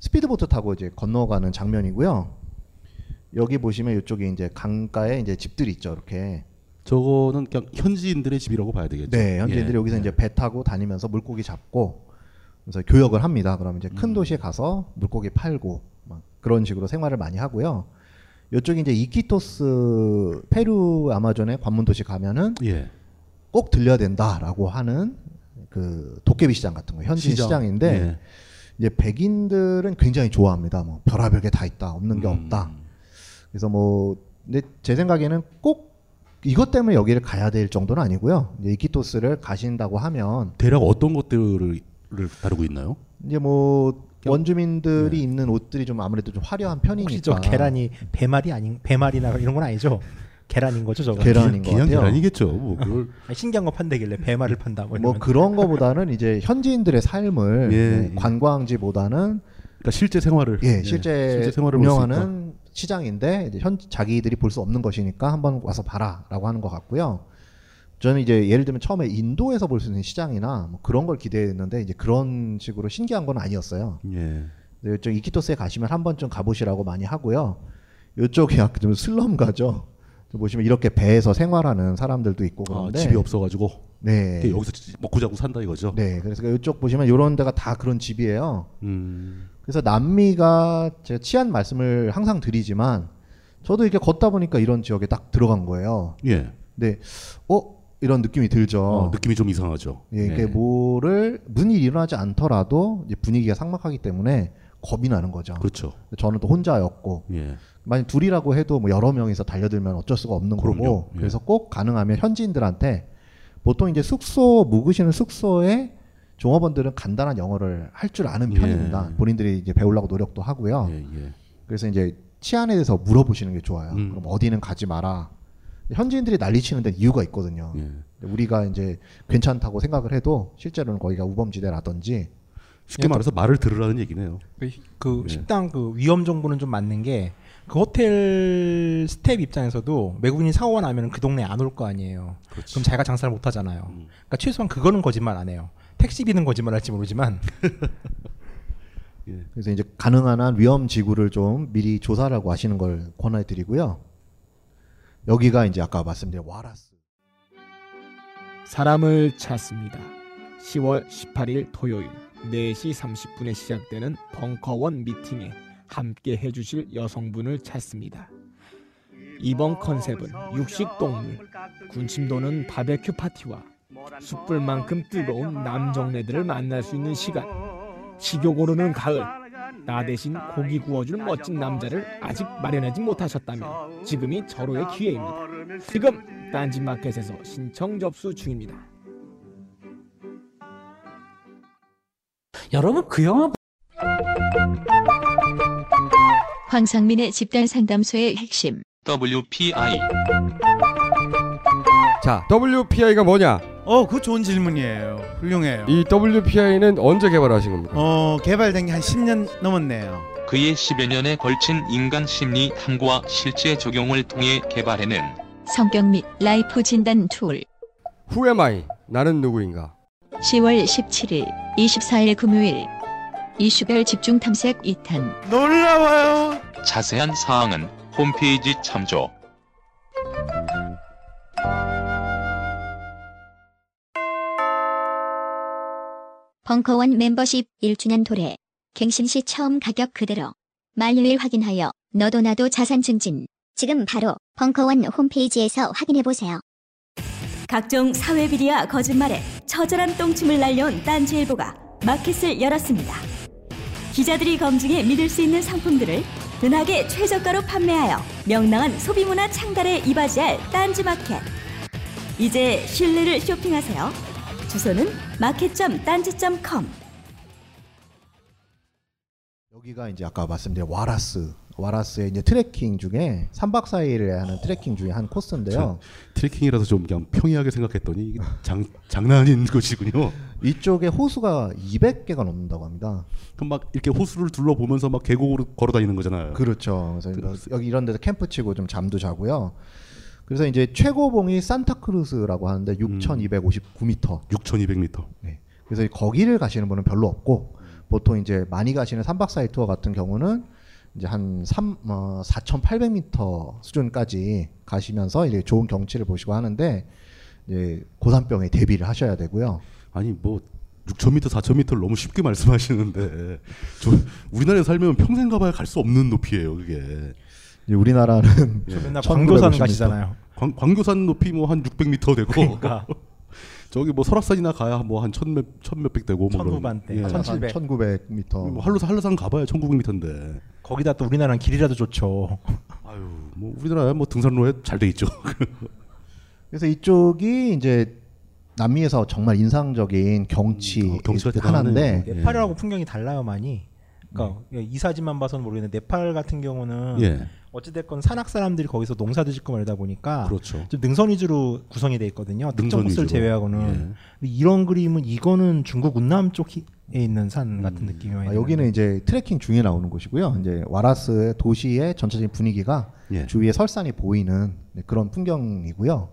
H: 스피드보트 타고 이제 건너가는 장면이고요. 여기 보시면 이쪽에 이제 강가에 이제 집들이 있죠. 이렇게
F: 저거는 그냥 현지인들의 집이라고 봐야 되겠죠.
H: 네, 현지인들이
F: 예.
H: 여기서 이제 배 타고 다니면서 물고기 잡고 그래서 교역을 합니다. 그러면 이제
F: 음.
H: 큰 도시에 가서 물고기 팔고 막 그런 식으로 생활을 많이 하고요. 이쪽이 이제 이키토스 페루 아마존의 관문 도시 가면은
F: 예.
H: 꼭 들려야 된다라고 하는 그 도깨비 시장 같은 거 현지
F: 시장.
H: 시장. 인데
F: 예.
H: 이제 백인들은 굉장히 좋아합니다. 뭐 별하별게 다 있다, 없는
G: 음.
H: 게 없다. 그래서 뭐 근데 제 생각에는 꼭 이것 때문에 여기를 가야 될 정도는 아니고요. 이제 이키토스를 가신다고 하면
F: 대략 어떤 것들을 다루고 있나요?
H: 이제 뭐 원주민들이 입는 옷들이 좀 아무래도 좀 화려한 편이니까.
G: 네. 혹시 저 계란이 배말이 아닌 배말이나 이런 건 아니죠? 계란인 거죠, 저거?
H: 계란인 것 같아요.
F: 뭐
G: 아니, 신기한 거 판다길래 배말을 판다 뭐,
H: 뭐
G: 이러면.
H: 그런 거보다는 이제 현지인들의 삶을
F: 예,
H: 네, 관광지보다는
F: 그러니까 실제 생활을
H: 예,
F: 예,
H: 실제,
F: 실제 생활을 볼수
H: 운영하는 시장인데 이제 현 자기들이 볼 수 없는 것이니까 한번 와서 봐라라고 하는 것 같고요. 저는 이제 예를 들면 처음에 인도에서 볼 수 있는 시장이나 뭐 그런 걸 기대했는데 이제 그런 식으로 신기한 건 아니었어요.
F: 예.
H: 네, 저 이키토스에 가시면 한 번쯤 가보시라고 많이 하고요. 이쪽이 (laughs) 약간 좀 슬럼가죠. 저 보시면 이렇게 배에서 생활하는 사람들도 있고
F: 아,
H: 뭐 그런데
F: 집이 없어가지고
H: 네.
F: 이렇게 여기서 지- 먹고 자고 산다 이거죠.
H: 네, 그래서 이쪽 보시면 이런 데가 다 그런 집이에요.
F: 음.
H: 그래서 남미가 제가 치안 말씀을 항상 드리지만 저도 이렇게 걷다 보니까 이런 지역에 딱 들어간 거예요.
F: 예.
H: 근데 어 이런 느낌이 들죠.
F: 어, 느낌이 좀 이상하죠.
H: 예, 이게
F: 예.
H: 뭐를 문이 일어나지 않더라도 이제 분위기가 삭막하기 때문에 겁이 나는 거죠.
F: 그렇죠.
H: 저는 또 혼자였고
F: 예.
H: 만약 둘이라고 해도 뭐 여러 명이서 달려들면 어쩔 수가 없는 거고
F: 예.
H: 그래서 꼭 가능하면 현지인들한테 보통 이제 숙소 묵으시는 숙소에 종업원들은 간단한 영어를 할 줄 아는 편입니다.
F: 예.
H: 본인들이 이제 배우려고 노력도 하고요. 그래서 이제 치안에 대해서 물어보시는 게 좋아요. 그럼 어디는 가지 마라. 현지인들이 난리치는데 이유가 있거든요.
F: 예.
H: 우리가 이제 괜찮다고 생각을 해도 실제로는 거기가 우범지대라든지 예.
F: 쉽게 말해서 말을 들으라는 얘기네요.
G: 그, 히- 그 식당 그 위험 정보는 좀 맞는 게 그 호텔 스텝 입장에서도 외국인이 사고가 나면 그 동네 안 올 거 아니에요. 그럼 자기가 장사를 못 하잖아요. 그러니까 최소한 그거는 거짓말 안 해요. 택시비는 거짓말할지 모르지만
H: 그래서 이제 가능한 한 위험 지구를 좀 미리 조사라고 하시는 걸 권해드리고요. 여기가 이제 아까 말씀드린 와라스.
K: 사람을 찾습니다. 10월 18일 토요일 4시 30분에 시작되는 벙커원 미팅에 함께 해주실 여성분을 찾습니다. 이번 컨셉은 육식동물, 군침 도는 바베큐 파티와 숯불만큼 뜨거운 남정네들을 만날 수 있는 시간, 식욕 오르는 가을, 나 대신 고기 구워줄 멋진 남자를 아직 마련하지 못하셨다면 지금이 절호의 기회입니다. 지금 딴지마켓에서 신청 접수 중입니다.
L: 여러분 그 영화
E: 황상민의 집단 상담소의 핵심.
M: WPI
N: 자, WPI가 뭐냐?
O: 어, 그거 좋은 질문이에요. 훌륭해요.
N: 이 WPI는 언제 개발하신 겁니까?
O: 어, 개발된 게 한 10년 넘었네요.
M: 그의 10여 년에 걸친 인간 심리 탐구와 실제 적용을 통해 개발해낸
E: 성격 및 라이프 진단 툴.
N: Who am I? 나는 누구인가?
E: 10월 17일, 24일 금요일. 이슈별 집중 탐색 2탄.
O: 놀라워요.
M: 자세한 사항은 홈페이지 참조
P: 벙커원 멤버십 1주년 도래. 갱신 시 처음 가격 그대로. 만료일 확인하여 너도 나도 자산 증진. 지금 바로 벙커원 홈페이지에서 확인해보세요.
Q: 각종 사회 비리와 거짓말에 처절한 똥침을 날려온 딴지일보가 마켓을 열었습니다. 기자들이 검증해 믿을 수 있는 상품들을 은하계 최저가로 판매하여 명랑한 소비문화 창달에 이바지할 딴지마켓. 이제 신뢰를 쇼핑하세요. 주소는 마켓.딴지.com
H: 여기가 이제 아까 말씀드린 와라스 와라스의 이제 트레킹 중에 3박 4일에 하는 트레킹 중에 한 코스인데요.
F: 트레킹이라서 좀 그냥 평이하게 생각했더니 이게 장 장난 아닌 (laughs) 것이군요.
H: 이쪽에 호수가 200개가 넘는다고 합니다.
F: 그럼 막 이렇게 호수를 둘러보면서 막 계곡으로 걸어 다니는 거잖아요.
H: 그렇죠. 그래서 뭐 여기 이런 데서 캠프 치고 좀 잠도 자고요. 그래서 이제 최고봉이 산타크루스라고 하는데 6,259m.
F: 6,200m.
H: 네. 그래서 거기를 가시는 분은 별로 없고 보통 이제 많이 가시는 3박 4일 투어 같은 경우는 이제 한 3, 어, 4,800m 수준까지 가시면서 이제 좋은 경치를 보시고 하는데 이제 고산병에 대비를 하셔야 되고요.
F: 아니 뭐 6,000m, 4,000m를 너무 쉽게 말씀하시는데 저 우리나라에 살면 평생 가봐야 갈 수 없는 높이예요, 그게.
H: 이제 우리나라는
F: 예.
H: (laughs)
G: 맨날 광교산 가시잖아요.
F: 광, 광교산 높이 뭐 한 600m 되고. 저기 뭐 설악산이나 가야 뭐 한 천몇 천몇백 되고 뭐 그런-
G: 천후반대,
F: 예.
G: 천칠백.
H: 1900m.
F: 뭐 한라산 한라산 가봐야 1900m인데.
G: 거기다 또 우리나라는 길이라도 좋죠.
F: 아유, 뭐 우리나라에 뭐 등산로에 잘 돼 있죠.
H: 그래서 이쪽이 이제 남미에서 정말 인상적인 경치 하나인데
F: 예.
G: 네팔하고 풍경이 달라요 많이. 그러니까 이 사진만 봐서는 모르겠는데 네팔 같은 경우는
F: 음. 예.
G: 어찌됐건 산악 사람들이 거기서 농사도 짓고 말다 보니까
F: 그렇죠.
G: 좀 능선 위주로 구성이 돼 있거든요. 특정
F: 능선
G: 곳을
F: 위주로. 예.
G: 제외하고는 근데 이런 그림은 이거는 중국 운남 쪽에 있는
F: 음.
G: 산 같은 느낌이에요.
H: 아, 여기는 이제 트레킹 중에 나오는 곳이고요. 이제 와라스 도시의 전체적인 분위기가
F: 예.
H: 주위에 설산이 보이는 네, 그런 풍경이고요.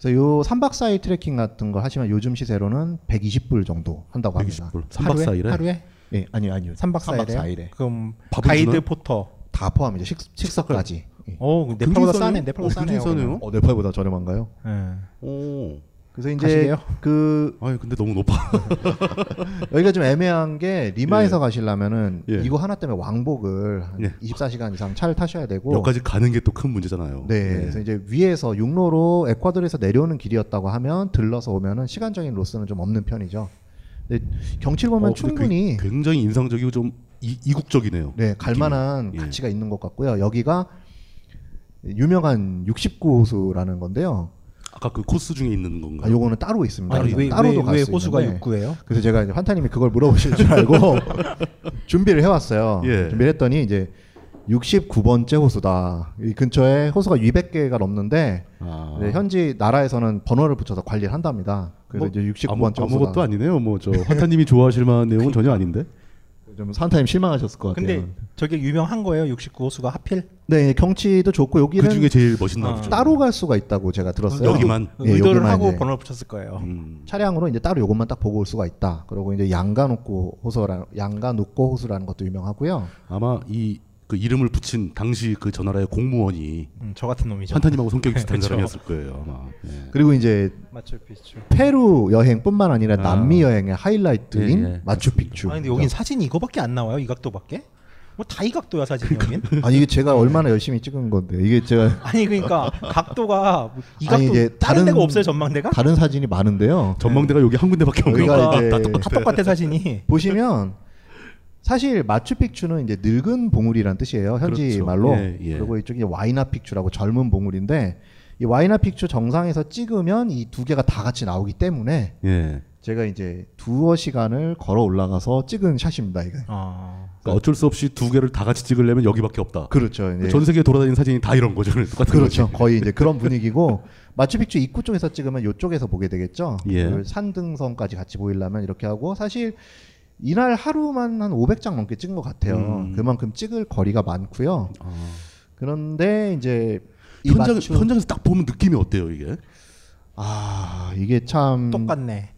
H: 그래서 요 3박 4일 트레킹 같은 걸 하시면 요즘 시세로는 120불 정도 한다고 합니다.
F: 120불. 3박 4일 에?
H: 하루에? 예, 아니요, 아니요.
G: 3박 4일 에?
H: 4일 에.
G: 그럼 밥은 가이드 주나요? 포터
H: 다 포함이죠. 식, 식사까지. 예.
G: 어, 그럼 네팔보다 굉장히 싸네요. 싸네. 네팔보다 어, 싸네요, 예. 굉장히 싸네요.
H: 어, 네팔보다 저렴한가요?
F: 오.
H: 그래서 이제
F: 가시게요?
H: 그
F: 아니 근데 너무 높아.
H: 여기가 좀 애매한 게 리마에서
F: 예.
H: 가시려면은
F: 예.
H: 이거 하나 때문에 왕복을 한
F: 예.
H: 24시간 이상 차를 타셔야 되고
F: 여기까지 가는 게 또 큰 문제잖아요.
H: 네,
F: 예.
H: 그래서 이제 위에서 육로로 에콰도르에서 내려오는 길이었다고 하면 들러서 오면은 시간적인 로스는 좀 없는 편이죠. 근데 경치를 보면
F: 어, 근데
H: 충분히
F: 굉- 굉장히 인상적이고 좀 이, 이국적이네요.
H: 네, 갈만한
F: 예.
H: 가치가 있는 것 같고요. 여기가 유명한 69호수라는 건데요.
F: 아까 그 코스 중에 있는 건가요?
H: 아, 요거는 따로 있습니다.
F: 아니, 왜-
H: 따로도
F: 왜-
H: 갈수
F: 왜
H: 있는데.
G: 네.
F: 호수가 육구예요?
H: 그래서 제가 이제 환타님이 그걸 물어보실 줄
G: (laughs)
H: 알고 준비를 해왔어요.
F: 예.
H: 준비를 했더니 이제 69번째 호수다. 이 근처에 호수가 200개가 넘는데
F: 아.
H: 이제 네, 현지 나라에서는 번호를 붙여서 관리를 한답니다. 그래서
F: 뭐,
H: 이제 69번째
F: 아무,
H: 호수다.
F: 아무것도 아니네요. 뭐
H: (laughs)
F: 저 환타님이 좋아하실 만한 내용은 전혀 아닌데.
H: 좀 산타님 실망하셨을 것 같아요.
G: 근데
F: 네.
G: 저게 유명한 거예요. 69호수가 하필
H: 네, 경치도 좋고 여기는
G: 그중에 제일 멋있나 보죠.
H: 따로 갈 수가 있다고 제가 들었어요.
G: 여기만?
H: 예,
G: 의도를
H: 여기만
G: 하고
F: 네.
H: 이제
G: 번호를 붙였을 거예요.
F: 음.
H: 차량으로 이제 따로 요것만 딱 보고 올 수가 있다. 그리고 이제 양가놓고 호수라 양가놓고 호수라는 것도 유명하고요.
F: 아마 이 그 이름을 붙인 당시 그 전나라의 공무원이
H: 그렇죠.
G: 음, 저 같은 놈이죠.
F: 환타님하고
G: (laughs)
F: 성격이 비슷한
G: 그렇죠.
F: 사람이었을 거예요. 아마. 예.
H: 그리고 이제
G: 마추픽추.
H: 페루 여행뿐만 아니라
F: 아.
H: 남미 여행의
F: 예,
H: 하이라이트인
F: 예.
H: 마추픽추. 그러니까
G: 아니 근데 여긴 사진이 이거밖에 안 나와요. 이 각도밖에? 뭐 다 이 각도야 사진이 여긴.
H: 아니 이게 제가 얼마나 열심히 찍은 건데 이게
G: (laughs)
H: 제가
G: 아니 그러니까 각도가 뭐이 각도
H: 아니, 이제
G: 다른,
H: 다른-
G: 데가 없어요 전망대가?
H: 다른 사진이 많은데요.
F: 전망대가 여기 한 군데밖에 (laughs) 네.
G: 없는
H: 여기가
G: 거야.
H: 이제
G: 다 똑같아, 사진이.
H: 보시면 사실 마추픽추는 이제 늙은 봉우리란 뜻이에요. 현지
F: 그렇죠.
H: 말로.
F: 예, 예.
H: 그리고 이쪽이 와이나픽추라고 젊은 봉우리인데 이 와이나픽추 정상에서 찍으면 이 두 개가 다 같이 나오기 때문에
F: 예.
H: 제가 이제 두어 시간을 걸어 올라가서 찍은 샷입니다. 이거.
G: 아,
F: 그러니까 어쩔 수 없이 두 개를 다 같이 찍으려면 여기밖에 없다.
H: 그렇죠. 예.
F: 전 세계 돌아다니는 사진이 다 이런 거죠. 똑같은
H: 그렇죠.
F: 거지.
H: 거의 이제 그런 분위기고 (laughs) 마추픽추 입구 쪽에서 찍으면 이쪽에서 보게 되겠죠.
F: 예.
H: 그 산등성까지 같이 보이려면 이렇게 하고 사실 이날 하루만 한 500장 넘게 찍은 것 같아요.
F: 음. 아.
H: 그만큼 찍을 거리가 많고요. 그런데 이제 이
F: 현장
H: 마추-
F: 현장에서 딱 보면 느낌이 어때요 이게?
H: 아 이게 참
G: 똑같네.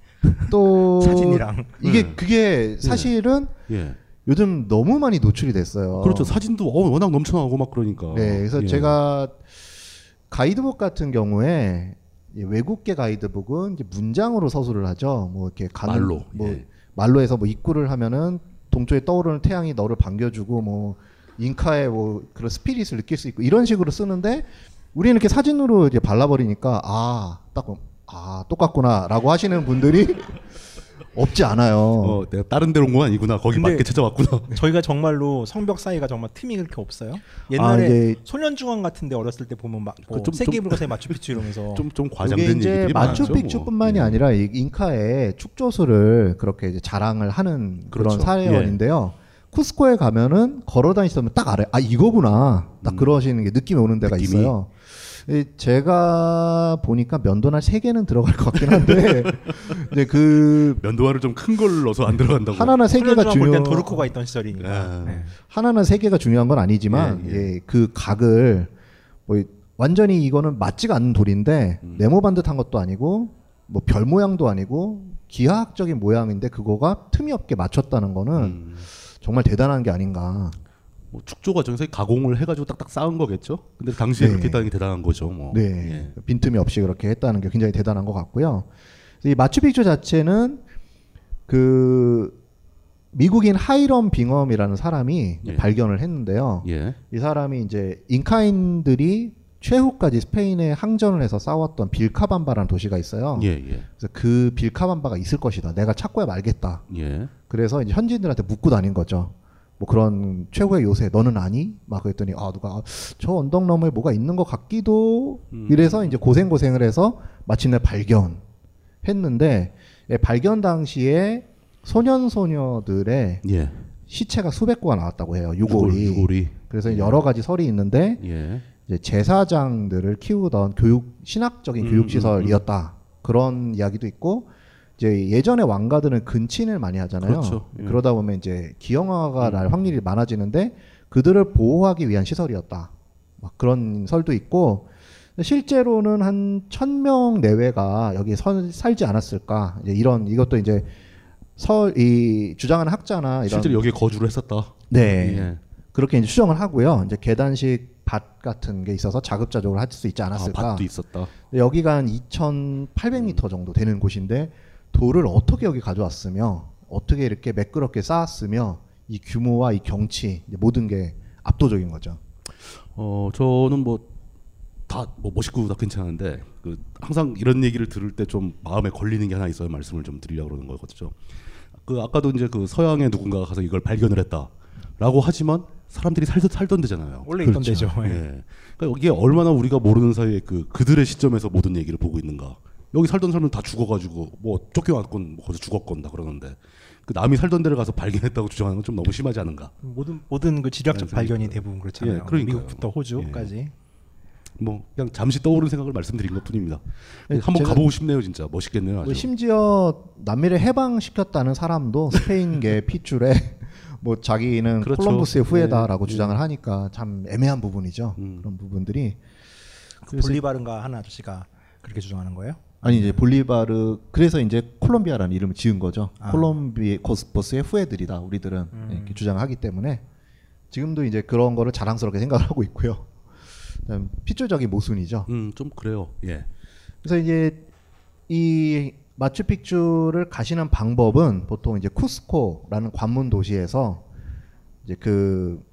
H: 또
G: 사진이랑.
H: 이게
F: 네.
H: 그게 사실은
F: 예.
H: 요즘 너무 많이 노출이 됐어요.
F: 그렇죠. 사진도 어, 워낙 넘쳐나고 막 그러니까.
H: 네, 그래서
F: 예.
H: 제가 가이드북 같은 경우에 이 외국계 가이드북은 이제 문장으로 서술을 하죠. 뭐 이렇게 가는
F: 말로, 예.
H: 뭐 말로 해서 뭐 입구를 하면은 동쪽에 떠오르는 태양이 너를 반겨주고 뭐 잉카의 뭐 그런 스피릿을 느낄 수 있고 이런 식으로 쓰는데 우리는 이렇게 사진으로 이제 발라버리니까 아, 아딱아 똑같구나라고 하시는 분들이 (laughs) 없지 않아요.
F: 어, 내가 다른 데로 온 건 아니구나. 거기
G: 근데
F: 맞게 찾아왔구나.
G: 저희가 정말로 성벽 사이가 정말 틈이 그렇게 없어요.
F: 아,
G: 옛날에
F: 이제-
G: 소년중앙 같은데 어렸을 때 보면 막 뭐
F: 그 좀-
G: 세계불가사의 마추픽추
F: (laughs)
G: 이러면서
F: 좀
H: 어. 이게 이제
F: 뭐.
H: 마추픽추뿐만이
F: 예.
H: 아니라 이 잉카의 축조수를 그렇게 이제 자랑을 하는 그런
F: 그렇죠.
H: 사례원인데요. 쿠스코에 가면은 걸어 다니시면 딱 알아요. 아 이거구나. 딱 그러시는 게 느낌이 오는 데가
F: 음. 느낌이.
H: 있어요. 이 제가 보니까 면도날 세 개는 들어갈 것 같긴
F: (laughs)
H: 한데 이제 그
F: 면도화를 좀 큰 걸 넣어서 안 들어간다고. 예. 음.
H: 하나나 세 개가
G: 소년중앙 볼땐
H: 중요.
G: 도르코가 있던 시절이니까. 네.
H: 하나나 세 개가 중요한 건 아니지만 예, 그 각을 뭐 이- 완전히 이거는 맞지가 않는 돌인데 네모 반듯한 것도 아니고 뭐 별 모양도 아니고 기하학적인 모양인데 그거가 틈이 없게 맞췄다는 거는 정말 대단한 게 아닌가.
F: 음. 뭐 축조 과정에서 가공을 해가지고 딱딱 쌓은 거겠죠. 근데 당시에
H: 네.
F: 그렇게 했다는 게 대단한 거죠. 뭐.
H: 네. 빈틈이 없이 그렇게 했다는 게 굉장히 대단한 것 같고요. 그래서 이 마추픽추 자체는 그 미국인 하이럼 빙엄이라는 사람이
F: 예.
H: 발견을 했는데요.
F: 예.
H: 이 사람이 이제 잉카인들이 최후까지 스페인에 항전을 해서 싸웠던 빌카밤바라는 도시가 있어요.
F: 예, 예.
H: 그래서 그 빌카밤바가 있을 것이다. 내가 찾고야 말겠다.
F: 예.
H: 그래서 이제 현지인들한테 묻고 다닌 거죠. 뭐 그런 최고의 요새 너는 아니? 막 그랬더니 아 누가 아, 저 언덕 너머에 뭐가 있는 것 같기도
F: 음.
H: 이래서 이제 고생 고생을 해서 마침내 발견했는데 예, 발견 당시에 소년 소녀들의
F: 예.
H: 시체가 수백 구가 나왔다고 해요. 유골이.
F: 유골, 유골이.
H: 그래서
F: 예.
H: 여러 가지 설이 있는데
F: 예.
H: 이제 제사장들을 키우던 교육 신학적인
F: 음,
H: 교육 시설이었다 그런 이야기도 있고 이제 예전에 왕가들은 근친을 많이 하잖아요.
F: 그렇죠. 예. 음.
H: 그러다 보면 이제 기형아가 날 확률이 많아지는데 그들을 보호하기 위한 시설이었다. 막 그런 설도 있고 실제로는 한 천 명 내외가 여기 선, 살지 않았을까 이제 이런 이것도 이제 설 이 주장하는 학자나 아, 이런
F: 실제로 여기에 거주를 했었다.
H: 네.
F: 예.
H: 그렇게 이제 추정을 하고요. 이제 계단식 밭 같은 게 있어서 자급자족을 할 수 있지 않았을까.
F: 아, 밭도 음. 있었다.
H: 여기가 한 2,800m 정도 되는 곳인데 돌을 어떻게 여기 가져왔으며 어떻게 이렇게 매끄럽게 쌓았으며 이 규모와 이 경치 이제 모든 게 압도적인 거죠.
F: 어 저는 뭐 다 뭐 멋있고 다 괜찮은데 그 항상 이런 얘기를 들을 때 좀 마음에 걸리는 게 하나 있어요 말씀을 좀 드리려고 그러는 거거든요. 그 아까도 이제 그 서양에 누군가가 가서 이걸 발견을 했다라고 하지만 사람들이 살던 살던 데잖아요.
G: 원래 있던 데죠. 예.
F: 예. 그러니까 이게 얼마나 우리가 모르는 사이에 그 그들의 시점에서 모든 얘기를 보고 있는가. 여기 살던 사람은 다 죽어가지고 뭐 쫓겨났건 뭐 거기서 죽었건 다 그러는데 그 남이 살던 데를 가서 발견했다고 주장하는 건 좀 너무 심하지 않은가.
G: 모든 모든 그 지략적
F: 네,
G: 발견이
F: 그러니까요.
G: 대부분 그렇잖아요.
F: 예, 그러니까요.
G: 미국부터 호주까지.
F: 뭐 그냥 잠시 떠오른 생각을 말씀드린 것뿐입니다.
H: 네,
F: 한번
H: 제가-
F: 가보고 싶네요, 진짜 멋있겠네요.
H: 뭐
F: 아주.
H: 심지어 남미를
F: (laughs)
H: 해방시켰다는 사람도 스페인계 핏줄에 뭐 자기는
F: 그렇죠.
H: 콜럼버스의 후예다라고
F: 네. 음.
H: 주장을 하니까 참 애매한 부분이죠. 그런 부분들이
G: 그 볼리바른가 하는 아저씨가 그렇게 주장하는 거예요?
H: 아니 이제 볼리바르 그래서 이제 콜롬비아라는 이름을 지은 거죠.
G: 아.
H: 콜롬비아 코스포스의 후예들이다 우리들은
F: 음.
H: 네, 이렇게 주장하기 때문에 지금도 이제 그런 거를 자랑스럽게 생각을 하고 있고요. 그다음 필조적인 모순이죠.
F: 음, 좀 그래요. 예.
H: 그래서 이제 이 마추픽추를 가시는 방법은 보통 이제 쿠스코라는 관문 도시에서 이제 그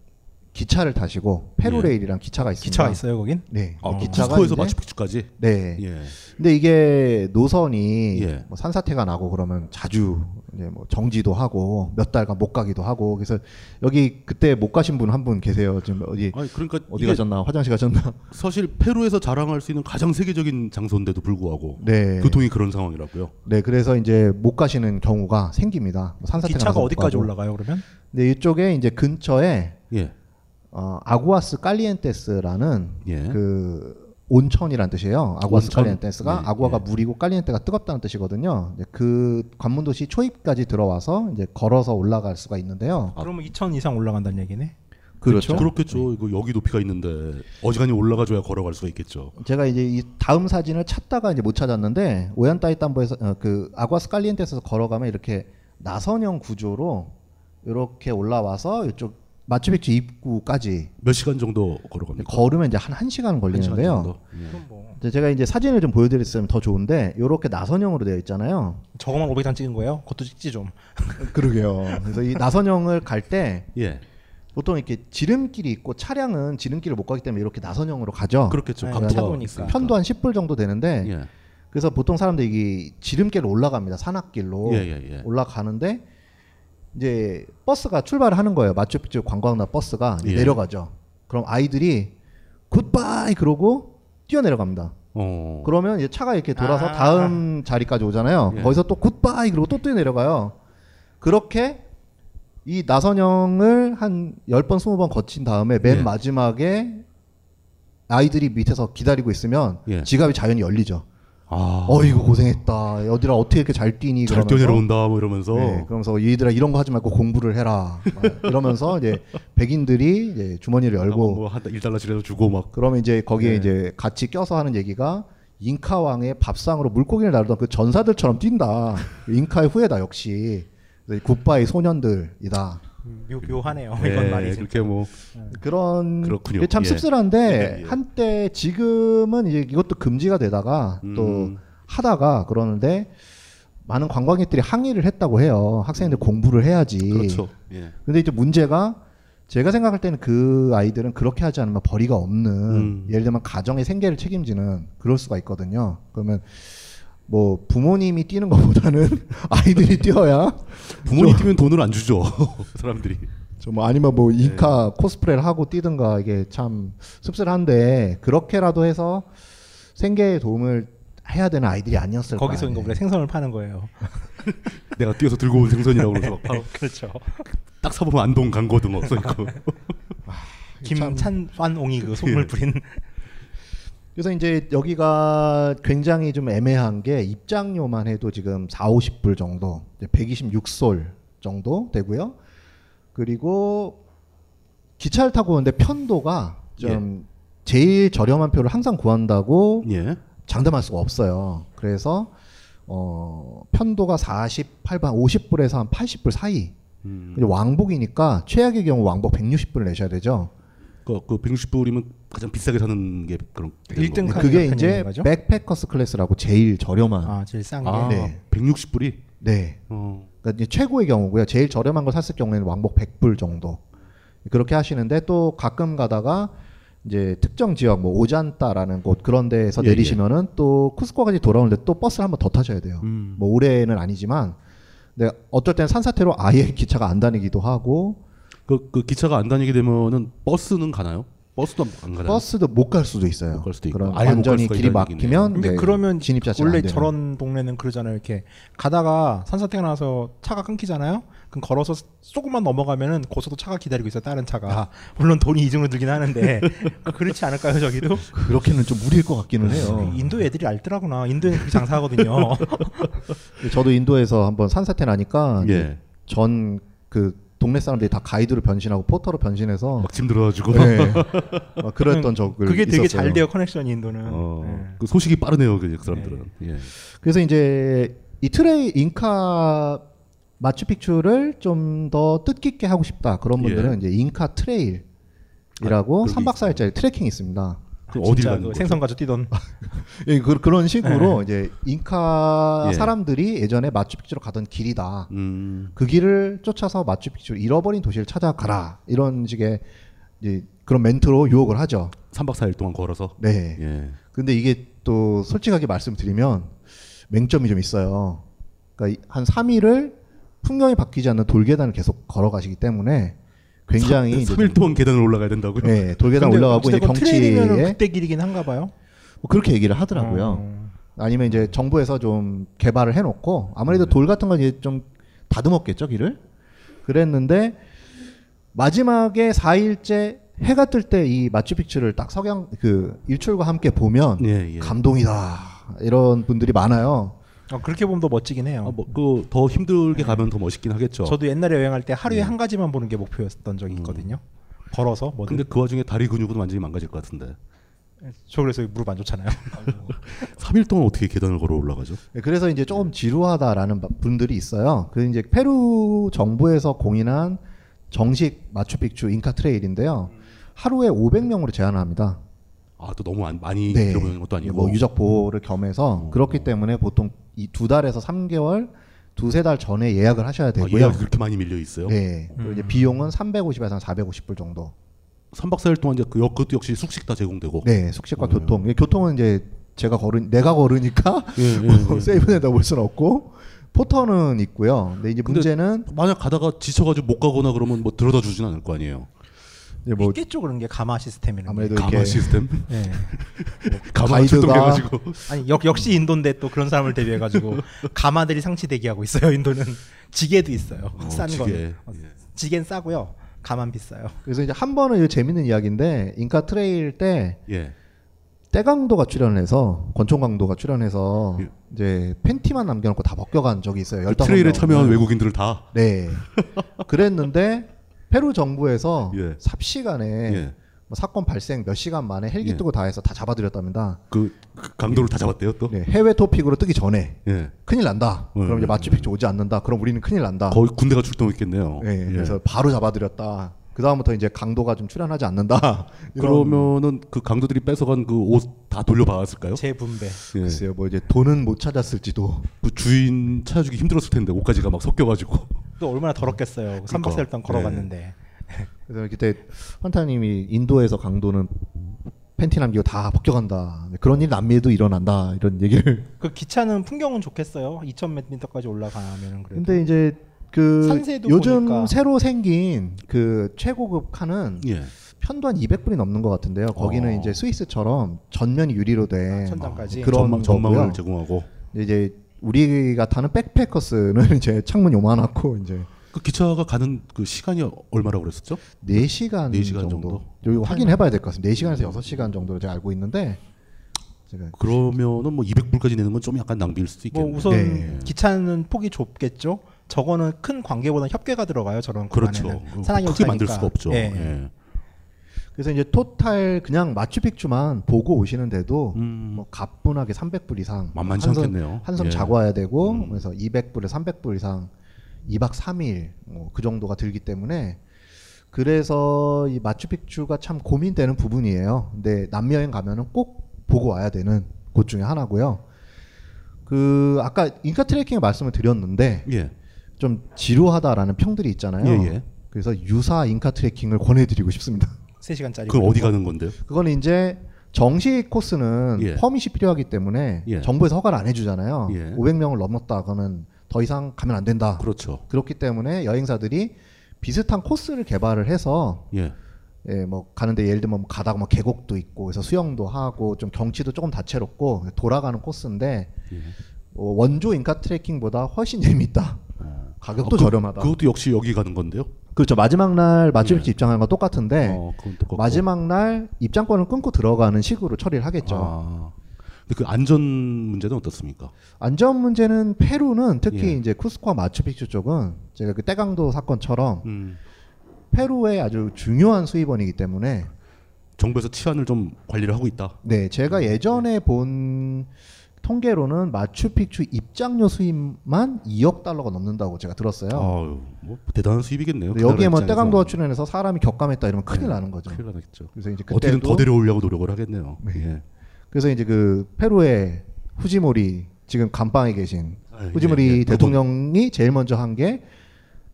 H: 기차를 타시고 페로레일이랑 기차가 있습니다.
G: 기차가 있어요, 거긴?
H: 네.
G: 어,
H: 기차가
F: 아, 쿠스코에서
H: 있는데-
F: 마추픽추까지?
H: 네.
F: 예.
H: 근데 이게 노선이
F: 예.
H: 뭐 산사태가 나고 그러면 자주 이제 뭐 정지도 하고 몇 달간 못 가기도 하고 그래서 여기 그때 못 가신 분 한 분 계세요. 지금 어디
F: 아니, 그러니까
H: 어디
F: 이게-
H: 가셨나 화장실 가셨나? (laughs)
F: 사실 페루에서 자랑할 수 있는 가장 세계적인 장소인데도 불구하고
H: 네.
F: 교통이 그런 상황이라고요.
H: 네, 그래서 이제 못 가시는 경우가 생깁니다. 뭐 산사태
G: 기차가 어디까지 올라가요, 그러면?
H: 네, 이쪽에 이제 근처에
F: 예.
H: 어, 아구아스 깔리엔테스라는 그 온천이란 뜻이에요. 아구아스
F: 예. 온천?
H: 깔리엔테스가
F: 네,
H: 아구아가 물이고 깔리엔테가 뜨겁다는 뜻이거든요. 이제 그 관문도시 초입까지 들어와서 이제 걸어서 올라갈 수가 있는데요.
G: 그러면 2천 이상 올라간다는 얘기네.
F: 아,
H: 네.
F: 그렇겠죠. 이거 여기 높이가 있는데 어지간히 올라가줘야 걸어갈 수가 있겠죠.
H: 제가 이제 이 다음 사진을 찾다가 이제 못 찾았는데 오얀따이담보에서 어, 그 아구아스 깔리엔테스에서 걸어가면 이렇게 나선형 구조로 이렇게 올라와서 이쪽 마추픽추 입구까지
F: 몇 시간 정도 걸어갑니까?
H: 걸으면 이제 한 1시간 네, 걸리는데요. 이제 제가 이제 사진을 좀 보여드렸으면 더 좋은데 이렇게 나선형으로 되어 있잖아요.
G: 저거만 500장 찍은 거예요? 그것도 찍지 좀.
H: 그러게요. 그래서 이 나선형을 갈 때
F: 예.
H: 보통 이렇게 지름길이 있고 차량은 지름길을 못 가기 때문에 이렇게 나선형으로 가죠.
F: 그렇겠죠.
H: 네,
F: 각도가
H: 차도니까.
F: 있으니까.
H: 편도 한 10불 정도 되는데
F: 예.
H: 그래서 보통 사람들이 이 지름길로 올라갑니다. 산악길로
F: 예, 예, 예.
H: 올라가는데 이제 버스가 출발을 하는 거예요. 마추픽추 관광나 버스가 이제
F: 예.
H: 내려가죠. 그럼 아이들이 굿바이 그러고 뛰어 내려갑니다.
F: 어.
H: 그러면 이제 차가 이렇게 돌아서
F: 아.
H: 다음 자리까지 오잖아요.
F: 예.
H: 거기서 또 굿바이 그러고 또 뛰어 내려가요. 그렇게 이 나선형을 한 10번, 20번 거친 다음에 맨
F: 예.
H: 마지막에 아이들이 밑에서 기다리고 있으면
F: 예.
H: 지갑이 자연히 열리죠. 어이구 고생했다. 어디라 어떻게 이렇게 잘 뛰니?
F: 아, 잘
H: 그러면서.
F: 뛰어내려온다 뭐 이러면서.
H: 네, 그러면서 얘들아 이런 거 하지 말고 공부를 해라. 막 이러면서 이제 백인들이 이제 주머니를
F: 아,
H: 열고
F: 뭐한 1달러씩이라도 주고 (laughs) 막
H: 그러면 이제 거기에
F: 네.
H: 이제 같이 껴서 하는 얘기가 잉카 왕의 밥상으로 물고기를 나르던 그 전사들처럼 뛴다. 잉카의 후예다 역시 그래서 이 굿바이 소년들이다.
G: 묘, 묘하네요.
F: 예,
G: 이건 말이지.
F: 그렇게 뭐
H: 그런
F: 그렇군요.
H: 이게 참
F: 예.
H: 씁쓸한데
F: 예, 예.
H: 한때 지금은 이제 이것도 금지가 되다가
F: 음.
H: 또 하다가 그러는데 많은 관광객들이 항의를 했다고 해요. 학생들 공부를 해야지.
F: 음. 그렇죠. 예.
H: 근데 이제 문제가 제가 생각할 때는 그 아이들은 그렇게 하지 않으면 벌이가 없는
G: 음.
H: 예를 들면 가정의 생계를 책임지는 그럴 수가 있거든요. 그러면 뭐 부모님이 뛰는 것보다는 (laughs) 아이들이 뛰어야
F: 부모님
H: 좀-
F: 뛰면 돈을 안 주죠. (laughs) 사람들이.
H: 좀 아니면 뭐
G: 네.
H: 이카 코스프레를 하고 뛰든가 이게 참 씁쓸한데 그렇게라도 해서 생계에 도움을 해야 되는 아이들이 아니었을까.
G: 거기서 이거 원래 생선을 파는 거예요.
F: 내가 뛰어서 들고 온 생선이라고 그래서 막 (laughs) 바로
G: 그렇죠.
F: 딱 사보면 안동 강고등어 써 (laughs) 있고.
G: 김찬환옹이 그 소금을
F: 예.
G: (laughs) 부린
H: 그래서 이제 여기가 굉장히 좀 애매한 게 입장료만 해도 지금 4, 50불 정도, 이제 126솔 정도 되고요. 그리고 기차를 타고 오는데 편도가 좀 제일 저렴한 표를 항상 구한다고
F: 예.
H: 장담할 수가 없어요. 그래서 어, 편도가 48반 50불에서 한 80불 사이. 근데 왕복이니까 최악의 경우 왕복 160불을 내셔야 되죠.
F: 그, 그 160불이면 가장 비싸게 사는 게 그런
H: 일등 그게 이제 백패커스 클래스라고 제일 저렴한.
G: 아, 제일 싼 게.
H: 네.
F: 160불이
H: 네.
F: 어.
H: 그러니까 이제 최고의 경우고요. 제일 저렴한 걸 샀을 경우에는 왕복 100불 정도. 그렇게 하시는데 또 가끔 가다가 이제 특정 지역 뭐 오잔따라는 곳 그런 데에서
F: 예,
H: 내리시면은 또 쿠스코까지 돌아오는데 또 버스를 한번 더 타셔야 돼요.
F: 음.
H: 뭐 올해는 아니지만 근데 어쩔 땐 산사태로 아예 (laughs) 기차가 안 다니기도 하고
F: 그, 그 기차가 안 다니게 되면은 버스는 가나요? 버스도 안 가나요?
H: 버스도 못 갈 수도 있어요.
F: 못갈 수도 있고.
H: 그런
F: 아예 못갈
H: 완전히
F: 수가
H: 길이
F: 있다는 얘기네요.
H: 막히면
G: 근데
H: 네,
G: 그러면
H: 진입 자체가 안
G: 원래
H: 되는.
G: 저런 동네는 그러잖아요. 이렇게 가다가 산사태가 나서 차가 끊기잖아요. 그럼 걸어서 조금만 넘어가면은 고소도 차가 기다리고 있어 요 다른 차가 물론 돈이 이중으로 들긴 하는데 (laughs) 그렇지 않을까요 저기도?
H: 그렇게는 좀 무리일 것 같기는 해요.
G: 인도 애들이 알더라구나. 인도에는 그렇게 (laughs) 장사하거든요.
H: 저도 인도에서 한번 산사태 나니까
F: 예.
H: 전 그 동네 사람들이 다 가이드로 변신하고 포터로 변신해서
F: 막짐 들어가지고
H: 네. 막 그랬던 적을
G: 그게 되게
H: 있었어요.
G: 잘 돼요 커넥션이
F: (laughs)
G: 인도는. 네.
F: 어, 그 소식이 빠르네요, 그 사람들은. 예.
H: 그래서 이제 이 트레이 잉카 마추픽추를 좀 더 뜻깊게 하고 싶다 그런 분들은
F: 예.
H: 이제 잉카 트레일이라고 3박 4일짜리 트레킹이 있습니다.
F: 그 어디를 진짜 가는 그 거죠?
G: 뭐 생선 가지고 뛰던.
H: 예, 그, 그런 식으로 이제 잉카
F: 예.
H: 사람들이 예전에 마추픽추로 가던 길이다.
F: 음.
H: 그 길을 쫓아서 마추픽추 잃어버린 도시를 찾아가라 이런 식의 이제 그런 멘트로 유혹을 하죠.
F: 3박 4일 동안 걸어서.
H: 네.
F: 예.
H: 근데 이게 또 솔직하게 말씀드리면 맹점이 좀 있어요. 그러니까 이- 한 3일을 풍경이 바뀌지 않는 돌계단을 계속 걸어가시기 때문에 굉장히 이제
F: 3일 동안 계단을 올라가야 된다고요?
H: 네, 돌계단 올라가고 이제
G: 트레이닝은
H: 경치에
G: 그때 길이긴 한가 봐요.
H: 뭐 그렇게 얘기를 하더라고요. 아니면 이제 정부에서 좀 개발을 해놓고 아무래도 돌 같은 걸 이제 좀 다듬었겠죠 길을. 그랬는데 마지막에 4일째 해가 뜰 때 이 마추픽추를 딱 석양 그 일출과 함께 보면 감동이다 이런 분들이 많아요.
G: 어, 그렇게 보면 더 멋지긴
H: 아,
G: 해요.
F: 아, 뭐, 그 더
H: 네.
F: 힘들게 가면 더 멋있긴 하겠죠.
G: 저도 옛날에 여행할 때 하루에
F: 네.
H: 음.
G: 한 가지만 보는 게 목표였던 적이 있거든요. 걸어서 뭐든.
F: 근데 그 와중에 다리 근육은 완전히 망가질 것 같은데.
G: 저 그래서 무릎 안 좋잖아요.
F: 3일 동안 어떻게 계단을 걸어 올라가죠?
H: 네, 그래서 이제 조금 지루하다라는 바- 분들이 있어요. 그 이제 페루 정부에서 공인한 정식 마추픽추 잉카 트레일인데요. 하루에 500명으로 제한을 합니다.
F: 아 또 너무 안- 많이
H: 네.
F: 들어보는 것도 아니고 어.
H: 뭐 유적 보호를 겸해서 그렇기 때문에 보통 이 두 달에서 3개월 두세 달 전에 예약을 하셔야 되고요.
F: 아, 예약이 그렇게 많이 밀려 있어요?
H: 네. 그리고 이제 비용은 350에서 450불 정도.
F: 어. 3박 4일 동안 이제 그 역- 그것도 역시 숙식 다 제공되고.
H: 네, 숙식과
F: 어.
H: 교통. 예, 교통은 이제 제가 걸은 내가 걸으니까
F: 예,
H: (laughs) 뭐 세이브에다 볼 수는 없고 포터는 있고요. 근데 이제
F: 근데
H: 문제는
F: 만약 가다가 지쳐가지고 못 가거나 그러면 뭐 들어다 주진 않을 거 아니에요.
H: 이제 뭐
G: 있겠죠 그런 게 가마 시스템이라는
F: 아무래도
G: 게.
F: 가마 이렇게-
H: (laughs)
F: 시스템?
G: 네. 뭐
F: 가마 출동돼가지고.
G: 아니 역, 역시 인도인데 또 그런 사람을 대비해
H: (laughs)
G: 가지고 가마들이 상시 대기하고 있어요 인도는 지게도 있어요
H: 어,
G: 싼
H: 지게. 어?
G: 거는 어, 지겐 싸고요 가만 비싸요
H: 그래서 이제 한 번은 이제 재밌는 이야기인데 잉카 트레일 때
F: 예.
H: 때강도가 출연해서 권총강도가 출연해서 이제 팬티만 남겨놓고 다 벗겨간 적이 있어요.
F: 예. 그
H: 15
F: 트레일에
H: 명을.
F: 참여한 외국인들을 다.
H: 네. 그랬는데 페루 정부에서
F: 예.
H: 삽시간에
F: 예.
H: 뭐 사건 발생 몇 시간 만에 헬기
F: 예.
H: 뜨고 다 해서 다 잡아들였답니다.
F: 그, 그 강도를 다 잡았대요 또.
H: 네, 해외 토픽으로 뜨기 전에
F: 예.
H: 큰일 난다.
F: 네,
H: 그럼
F: 네,
H: 이제 마추픽추 오지 않는다. 그럼 우리는 큰일 난다.
F: 거의 예. 군대가 출동했겠네요.
H: 네, 그래서 바로 잡아들였다. 그 다음부터 이제 강도가 좀 출연하지 않는다. (laughs) 이런
F: 그러면은 그 강도들이 뺏어간 그 옷 다 돌려받았을까요?
G: 재분배.
F: 예.
H: 글쎄요, 뭐 이제 돈은 못 찾았을지도.
F: 그 주인 찾아주기 힘들었을 텐데 옷까지가 막
H: (laughs)
F: 섞여가지고.
G: 또 얼마나 더럽겠어요 삼박사일 동안
H: 그러니까.
F: 네.
G: 걸어갔는데
H: 그래서 그때 환타님이 인도에서 강도는 팬티 남기고 다 벗겨간다. 그런 일 남미에도 일어난다. 이런 얘기를.
G: 그 기차는 풍경은 좋겠어요 2000m까지 올라가면은 그래도
H: 근데 이제 그
G: 산세도
H: 요즘
G: 보니까.
H: 새로 생긴 그 최고급 칸은
F: 예.
H: 편도 한 200분이 넘는 것 같은데요. 거기는
F: 어.
H: 이제 스위스처럼 전면이 유리로 된
G: 아, 천장까지.
H: 그런
F: 전망- 전망을
H: 거고요.
F: 제공하고.
H: 이제 우리가 타는 백패커스는 (laughs) 이제 창문 요만하고 이제
F: 그 기차가 가는 그 시간이 얼마라고 그랬었죠?
H: 4시간,
F: 4시간
H: 정도.
F: 정도? 음.
H: 여기 확인해봐야 될 것 같습니다. 4시간에서 6시간 정도로 제가 알고 있는데 제가
F: 그러면은 뭐 200불까지 내는 건 좀 약간 낭비일 수도
G: 뭐
F: 있겠네요.
G: 우선 기차는 폭이 좁겠죠. 저거는 큰 관계보다 협계가 들어가요. 저런
F: 그렇죠.
G: 구간에는.
F: 그
G: 산악용
F: 크게
G: 차니까.
F: 만들 수가 없죠.
G: 예.
F: 예.
H: 그래서 이제 토탈 그냥 마추픽추만 보고 오시는데도 뭐 가뿐하게 300불 이상
F: 음. 만만치
H: 한섬-
F: 않겠네요.
H: 한섬
F: 예.
H: 자고 와야 되고 그래서 200불에 300불 이상 2박 3일 뭐 그 정도가 들기 때문에 그래서 이 마추픽추가 참 고민되는 부분이에요. 근데 남미 여행 가면은 꼭 보고 와야 되는 곳 중에 하나고요. 그 아까 잉카 트레킹에 말씀을 드렸는데
F: 예.
H: 좀 지루하다라는 평들이 있잖아요.
F: 예, 예.
H: 그래서 유사 잉카 트레킹을 권해드리고 싶습니다.
G: 3시간짜리.
F: 그럼 어디 가는 건데요?
H: 그건 이제 정식 코스는
F: 예.
H: 퍼밋이 필요하기 때문에
F: 예.
H: 정부에서 허가를 안 해주잖아요.
F: 예.
H: 500명을 넘었다 그러면 더 이상 가면 안 된다.
F: 그렇죠.
H: 그렇기 때문에 여행사들이 비슷한 코스를 개발을 해서
F: 예.
H: 예, 뭐 가는데 예를 들면 뭐 가다가 뭐 계곡도 있고 그래서 수영도 하고 좀 경치도 조금 다채롭고 돌아가는 코스인데 어, 원조 잉카 트레킹보다 훨씬 (laughs) 재밌다. 가격도
F: 아, 그-
H: 저렴하다. 예.
F: 그것도 역시 여기 가는 건데요.
H: 어,
F: 어,
H: 그렇죠. 마지막 날 마추픽추 입장하는 건 똑같은데
F: 똑같고.
H: 마지막 날 입장권을 끊고 들어가는 식으로 처리를 하겠죠.
F: 아. 근데 그 안전 문제는 어떻습니까?
H: 안전 문제는 페루는 특히
F: 예.
H: 이제 쿠스코와 마추픽추 쪽은 제가 그 때강도 사건처럼
F: 음.
H: 페루의 아주 중요한 수입원이기 때문에
F: 정부에서 치안을 좀 관리를 하고 있다.
H: 네
F: 음,
H: 제가 예전에 본 통계로는 마추픽추 입장료 수입만 2억 달러가 넘는다고 제가 들었어요.
F: 아유, 뭐 대단한 수입이겠네요.
H: 근데
F: 그
H: 네. 여기에 뭐
F: 나라 입장에서.
H: 때강도가 출연해서 사람이 격감했다 이러면 큰일 나는 거죠.
F: 큰일 나겠죠.
H: 그래서 이제
F: 어떻게든
H: 그때도-
F: 더 데려오려고 노력을 하겠네요. 예.
H: 그래서 이제 그 페루의 후지모리 지금 감방에 계신 후지모리
F: 예, 예.
H: 대통령이 제일 먼저
F: 음.
H: 한 게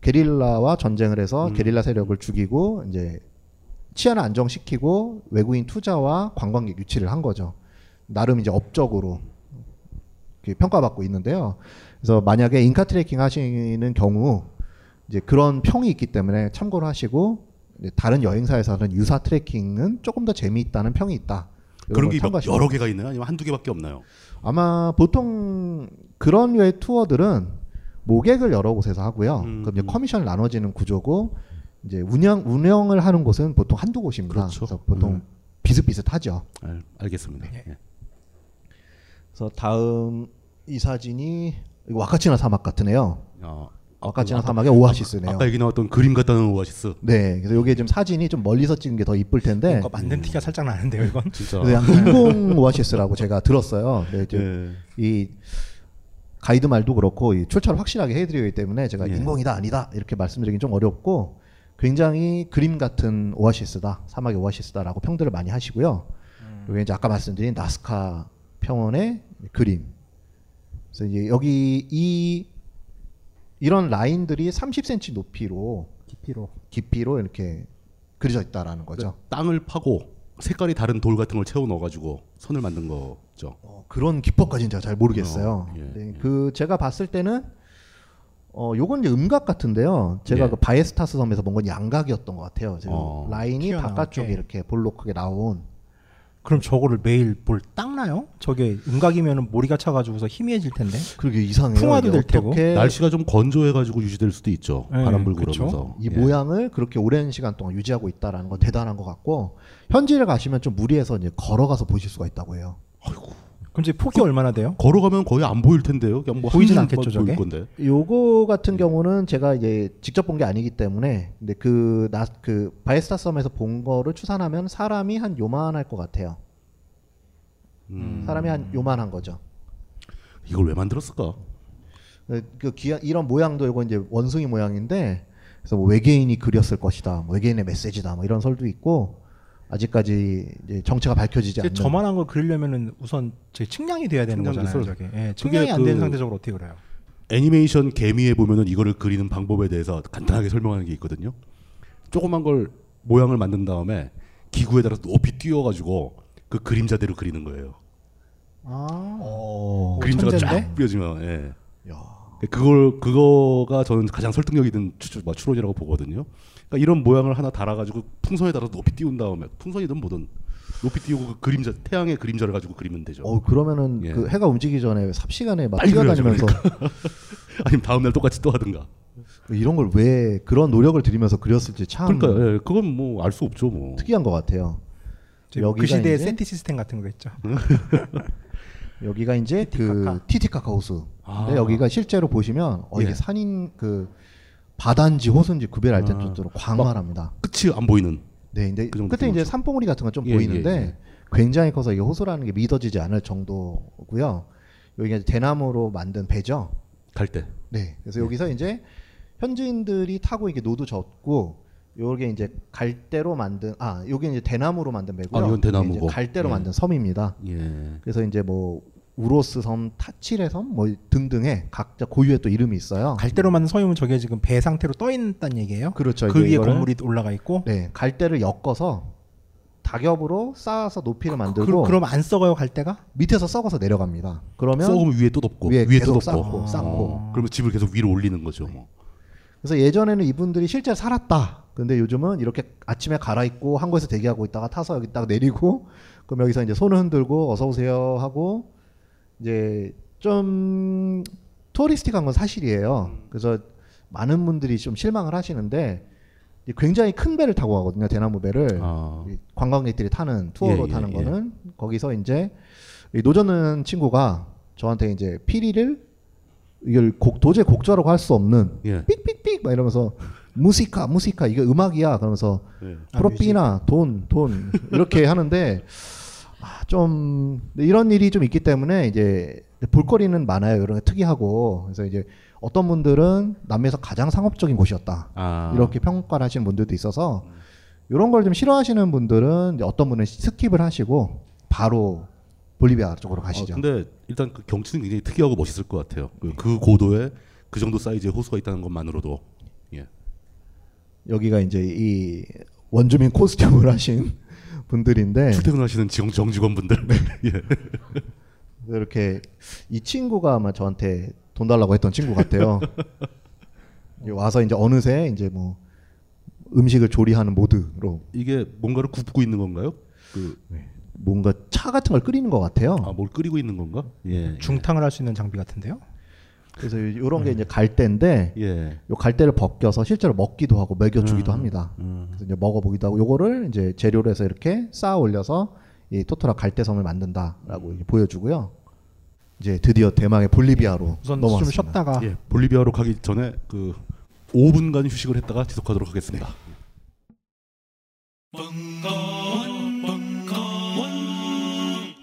H: 게릴라와 전쟁을 해서 게릴라 세력을 죽이고 이제 치안을 안정시키고 외국인 투자와 관광객 유치를 한 거죠. 나름 이제 업적으로 이렇게 평가받고 있는데요. 그래서 만약에 인카 트래킹 하시는 경우 이제 그런 평이 있기 때문에 참고를 하시고 이제 다른 여행사에서는 유사 트래킹은 조금 더 재미있다는 평이 있다. 이런
F: 그런
H: 걸
F: 게 몇-
H: 참고하시면
F: 여러 개가 있나요? 아니면 한두 개밖에 없나요?
H: 아마 보통 그런 류의 투어들은 모객을 여러 곳에서 하고요. 그럼 이제 커미션을 나눠지는 구조고 이제 운영 운영을 하는 곳은 보통 한두 곳입니다. 그래서 보통 비슷비슷하죠.
F: 알, 알겠습니다. 예.
H: 그래서 다음 이 사진이 이거 와카치나 사막 같으네요.
F: 어,
H: 와카치나
F: 아까-
H: 사막의 오아시스네요.
F: 아까 얘기 나왔던 그림 같다는 오아시스.
H: 네, 그래서 이게 지금 사진이 좀 멀리서 찍은 게 더 이쁠 텐데.
F: 뭔가
H: 만든
O: 티가 살짝 나는데요, 이건.
F: 진짜.
H: 네, 약간 인공 오아시스라고 제가 들었어요. 네, 이제
F: 예.
H: 이 가이드 말도 그렇고 이 출처를 확실하게 해드리기 때문에 제가
G: 예.
H: 인공이다 아니다 이렇게 말씀드리긴 좀 어렵고 굉장히 그림 같은 오아시스다 사막의 오아시스다라고 평들을 많이 하시고요.
G: 음.
H: 여기 이제 아까 말씀드린 나스카 평원의 그림. 그래서 이제 여기 이 이런 라인들이 30cm 높이로
G: 깊이로 네.
H: 깊이로 이렇게 그려져 있다라는 거죠.
F: 땅을 파고 색깔이 다른 돌 같은 걸 채워 넣어가지고 선을 만든 거죠.
H: 어, 그런 기법까지는 제가 잘 모르겠어요.
F: 어, 예,
H: 네, 그 제가 봤을 때는 어 요건 이제 음각 같은데요. 제가
F: 예.
H: 그 바이스타스 섬에서 본 건 양각이었던 것 같아요. 지금
F: 어.
H: 라인이
O: 튀어나오게.
H: 바깥쪽에 이렇게 볼록하게 나온.
G: (laughs) 그럼 저거를 매일 볼 닦나요? 저게 음각이면은 모리가 차가지고서 희미해질 텐데.
H: 그러게 이상해요.
G: 풍화도 될 테고.
F: 날씨가 좀 건조해가지고 유지될 수도 있죠.
G: 예,
F: 바람 불고
G: 네. 그쵸.
F: 그러면서.
H: 이 모양을 그렇게 오랜 시간 동안 유지하고 있다라는 건 대단한 것 같고 현지를 가시면 좀 무리해서 이제 걸어가서 보실 수가 있다고 해요.
G: 그럼 이제 폭이 얼마나 돼요?
F: 걸어가면 거의 안 보일 텐데요. 그냥 뭐
G: 보이진
F: 한
G: 않겠죠,
F: 번 보일
G: 저게?
F: 건데.
H: 요거 같은 경우는 제가 이제 직접 본 게 아니기 때문에 근데 그 나 그 바이스타 섬에서 본 거를 추산하면 사람이 한 요만할 것 같아요.
F: 음.
H: 사람이 한 요만한 거죠.
F: 이걸 왜 만들었을까?
H: 그- 그 귀한- 이런 모양도 이거 이제 원숭이 모양인데 그래서 뭐 외계인이 그렸을 것이다, 뭐 외계인의 메시지다, 뭐 이런 설도 있고 아직까지 이제 정체가 밝혀지지
G: 이제
H: 않는.
G: 저만한 걸 그리려면은 우선 제 측량이 돼야 되는
H: 측량
G: 거잖아요.
H: 기술.
G: 저게. 예,
H: 그게
G: 측량이 안 되는
F: 그-
G: 상태적으로 어떻게 그래요?
F: 애니메이션 개미에 보면은 이거를 그리는 방법에 대해서 간단하게 설명하는 게 있거든요. 조그만 걸 모양을 만든 다음에 기구에 따라서 높이 띄워가지고 그 그림자대로 그리는 거예요.
O: 아.
H: 어,
F: 그림자가 쫙 뿌려지면 예. 그걸 그거가 저는 가장 설득력 있는 추, 추- 뭐 추론이라고 보거든요. 그러니까 이런 모양을 하나 달아가지고 풍선에 따라서 높이 띄운 다음에 풍선이든 뭐든 높이 띄우고 그 그림자 태양의 그림자를 가지고 그리면 되죠.
H: 어 그러면은
F: 예.
H: 그 해가 움직이기 전에 삽시간에 막
F: 빨리 그려야죠,
H: 뛰어다니면서
F: 그러니까. (laughs) 아니면 다음날 똑같이 또 하든가.
H: 이런 걸 왜 그런 노력을 들이면서 그렸을지 참
F: 그러니까 예, 그건 뭐 알 수 없죠 뭐.
H: 아. 특이한 것 같아요.
G: 그 시대의
H: 이제-
G: 센티 시스템 같은 거겠죠.
H: 여기가 이제 그 티티카카 호수.
G: 아.
H: 근데 여기가 실제로 보시면 어 이게
G: 예.
H: 산인 그 바다인지 호수인지 구별 알
F: 아.
H: 정도로 광활합니다.
F: 끝이 안 보이는.
H: 네, 근데
F: 그 정도
H: 끝에
F: 규모죠.
H: 이제 산봉우리 같은 건 좀
F: 예,
H: 보이는데
F: 예, 예.
H: 굉장히 커서 이게 호수라는 게 믿어지지 않을 정도고요. 여기가 이제 대나무로 만든 배죠.
F: 갈 때.
H: 네. 그래서 여기서 이제 현지인들이 타고 이게 노도 젓고 요게 이제 갈대로 만든 아, 요게 이제 대나무로 만든 배고요.
F: 아, 이건 대나무고.
H: 이게 이제 갈대로
F: 예.
H: 만든 섬입니다.
F: 예.
H: 그래서 이제 뭐 우로스 섬, 타칠의 섬, 뭐 등등의 각자 고유의 또 이름이 있어요.
G: 갈대로 만든 서유면 저게 지금 배 상태로 떠 있다는 얘기예요?
H: 그렇죠.
G: 그
H: 이제
G: 위에
H: 이거를-
G: 건물이 올라가 있고.
H: 네, 갈대를 엮어서 다겹으로 쌓아서 높이를
G: 그,
H: 만들고
G: 그럼 안 썩어요 갈대가?
H: 밑에서 썩어서 내려갑니다. 그러면
F: 썩으면 위에 또 덮고
H: 위에,
F: 위에 또 덮고
H: 계속 쌓고 쌓고.
F: 어, 그러면 집을 계속 위로 올리는 거죠. 뭐.
H: 그래서 예전에는 이분들이 실제 살았다. 근데 요즘은 이렇게 아침에 갈아입고 항구에서 대기하고 있다가 타서 여기 딱 내리고 그럼 여기서 이제 손을 흔들고 어서 오세요 하고 이제 좀 투어리스틱한 건 사실이에요. 그래서 많은 분들이 좀 실망을 하시는데 이제 굉장히 큰 배를 타고 가거든요. 대나무 배를 이 관광객들이 타는 투어로
F: 아. 예, 예,
H: 타는
F: 예.
H: 거는 거기서 이제 이 노젓는 친구가 저한테 이제 피리를 이걸 곡, 도저히 곡조라고 할 수 없는
F: 예.
H: 삑삑삑 막 이러면서 무시카 무시카 이게 음악이야 그러면서
F: 예.
H: 프로피나 돈 돈 이렇게 하는데 아, 좀 이런 일이 좀 있기 때문에 이제 볼거리는 많아요 이런 게 특이하고 그래서 이제 어떤 분들은 남미에서 가장 상업적인 곳이었다
F: 아.
H: 이렇게 평가를 하시는 분들도 있어서 이런 걸 좀 싫어하시는 분들은 이제 어떤 분은 스킵을 하시고 바로 볼리비아 쪽으로
F: 아,
H: 가시죠.
F: 근데 일단 그 경치는 굉장히 특이하고 멋있을 것 같아요. 그, 그 고도에 그 정도 사이즈의 호수가 있다는 것만으로도. 예.
H: 여기가 이제 이 원주민 (laughs) 코스튬을 하신 분들인데
F: (laughs) 출퇴근하시는 정, 정직원분들.
H: 네.
F: 예.
H: 이렇게 이 친구가 아마 저한테 돈 달라고 했던
G: (laughs)
H: 친구 같아요. 이제 와서 이제 어느새 이제 뭐 음식을 조리하는 모드로
F: (laughs) 이게 뭔가를 굽고 있는 건가요? 그
H: 뭔가 차 같은 걸 끓이는 것 같아요.
F: 아, 뭘 끓이고 있는 건가? 예.
G: 중탕을 할 수 있는 장비 같은데요.
H: 그래서 이런 게
G: 음.
H: 이제 갈대인데
F: 예.
H: 요 갈대를 벗겨서 실제로 먹기도 하고 먹여주기도
G: 음.
H: 합니다. 그래서 이제 먹어보기도 하고 요거를 이제 재료로 해서 이렇게 쌓아 올려서 이 토토라 갈대섬을 만든다라고
G: 음.
H: 이제 보여주고요. 이제 드디어 대망의 볼리비아로
G: 우선
H: 넘어왔습니다.
G: 좀 쉬었다가
F: 예, 볼리비아로 가기 전에 그 5분간 휴식을 했다가 지속하도록 하겠습니다.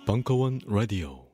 L: 벙커원 라디오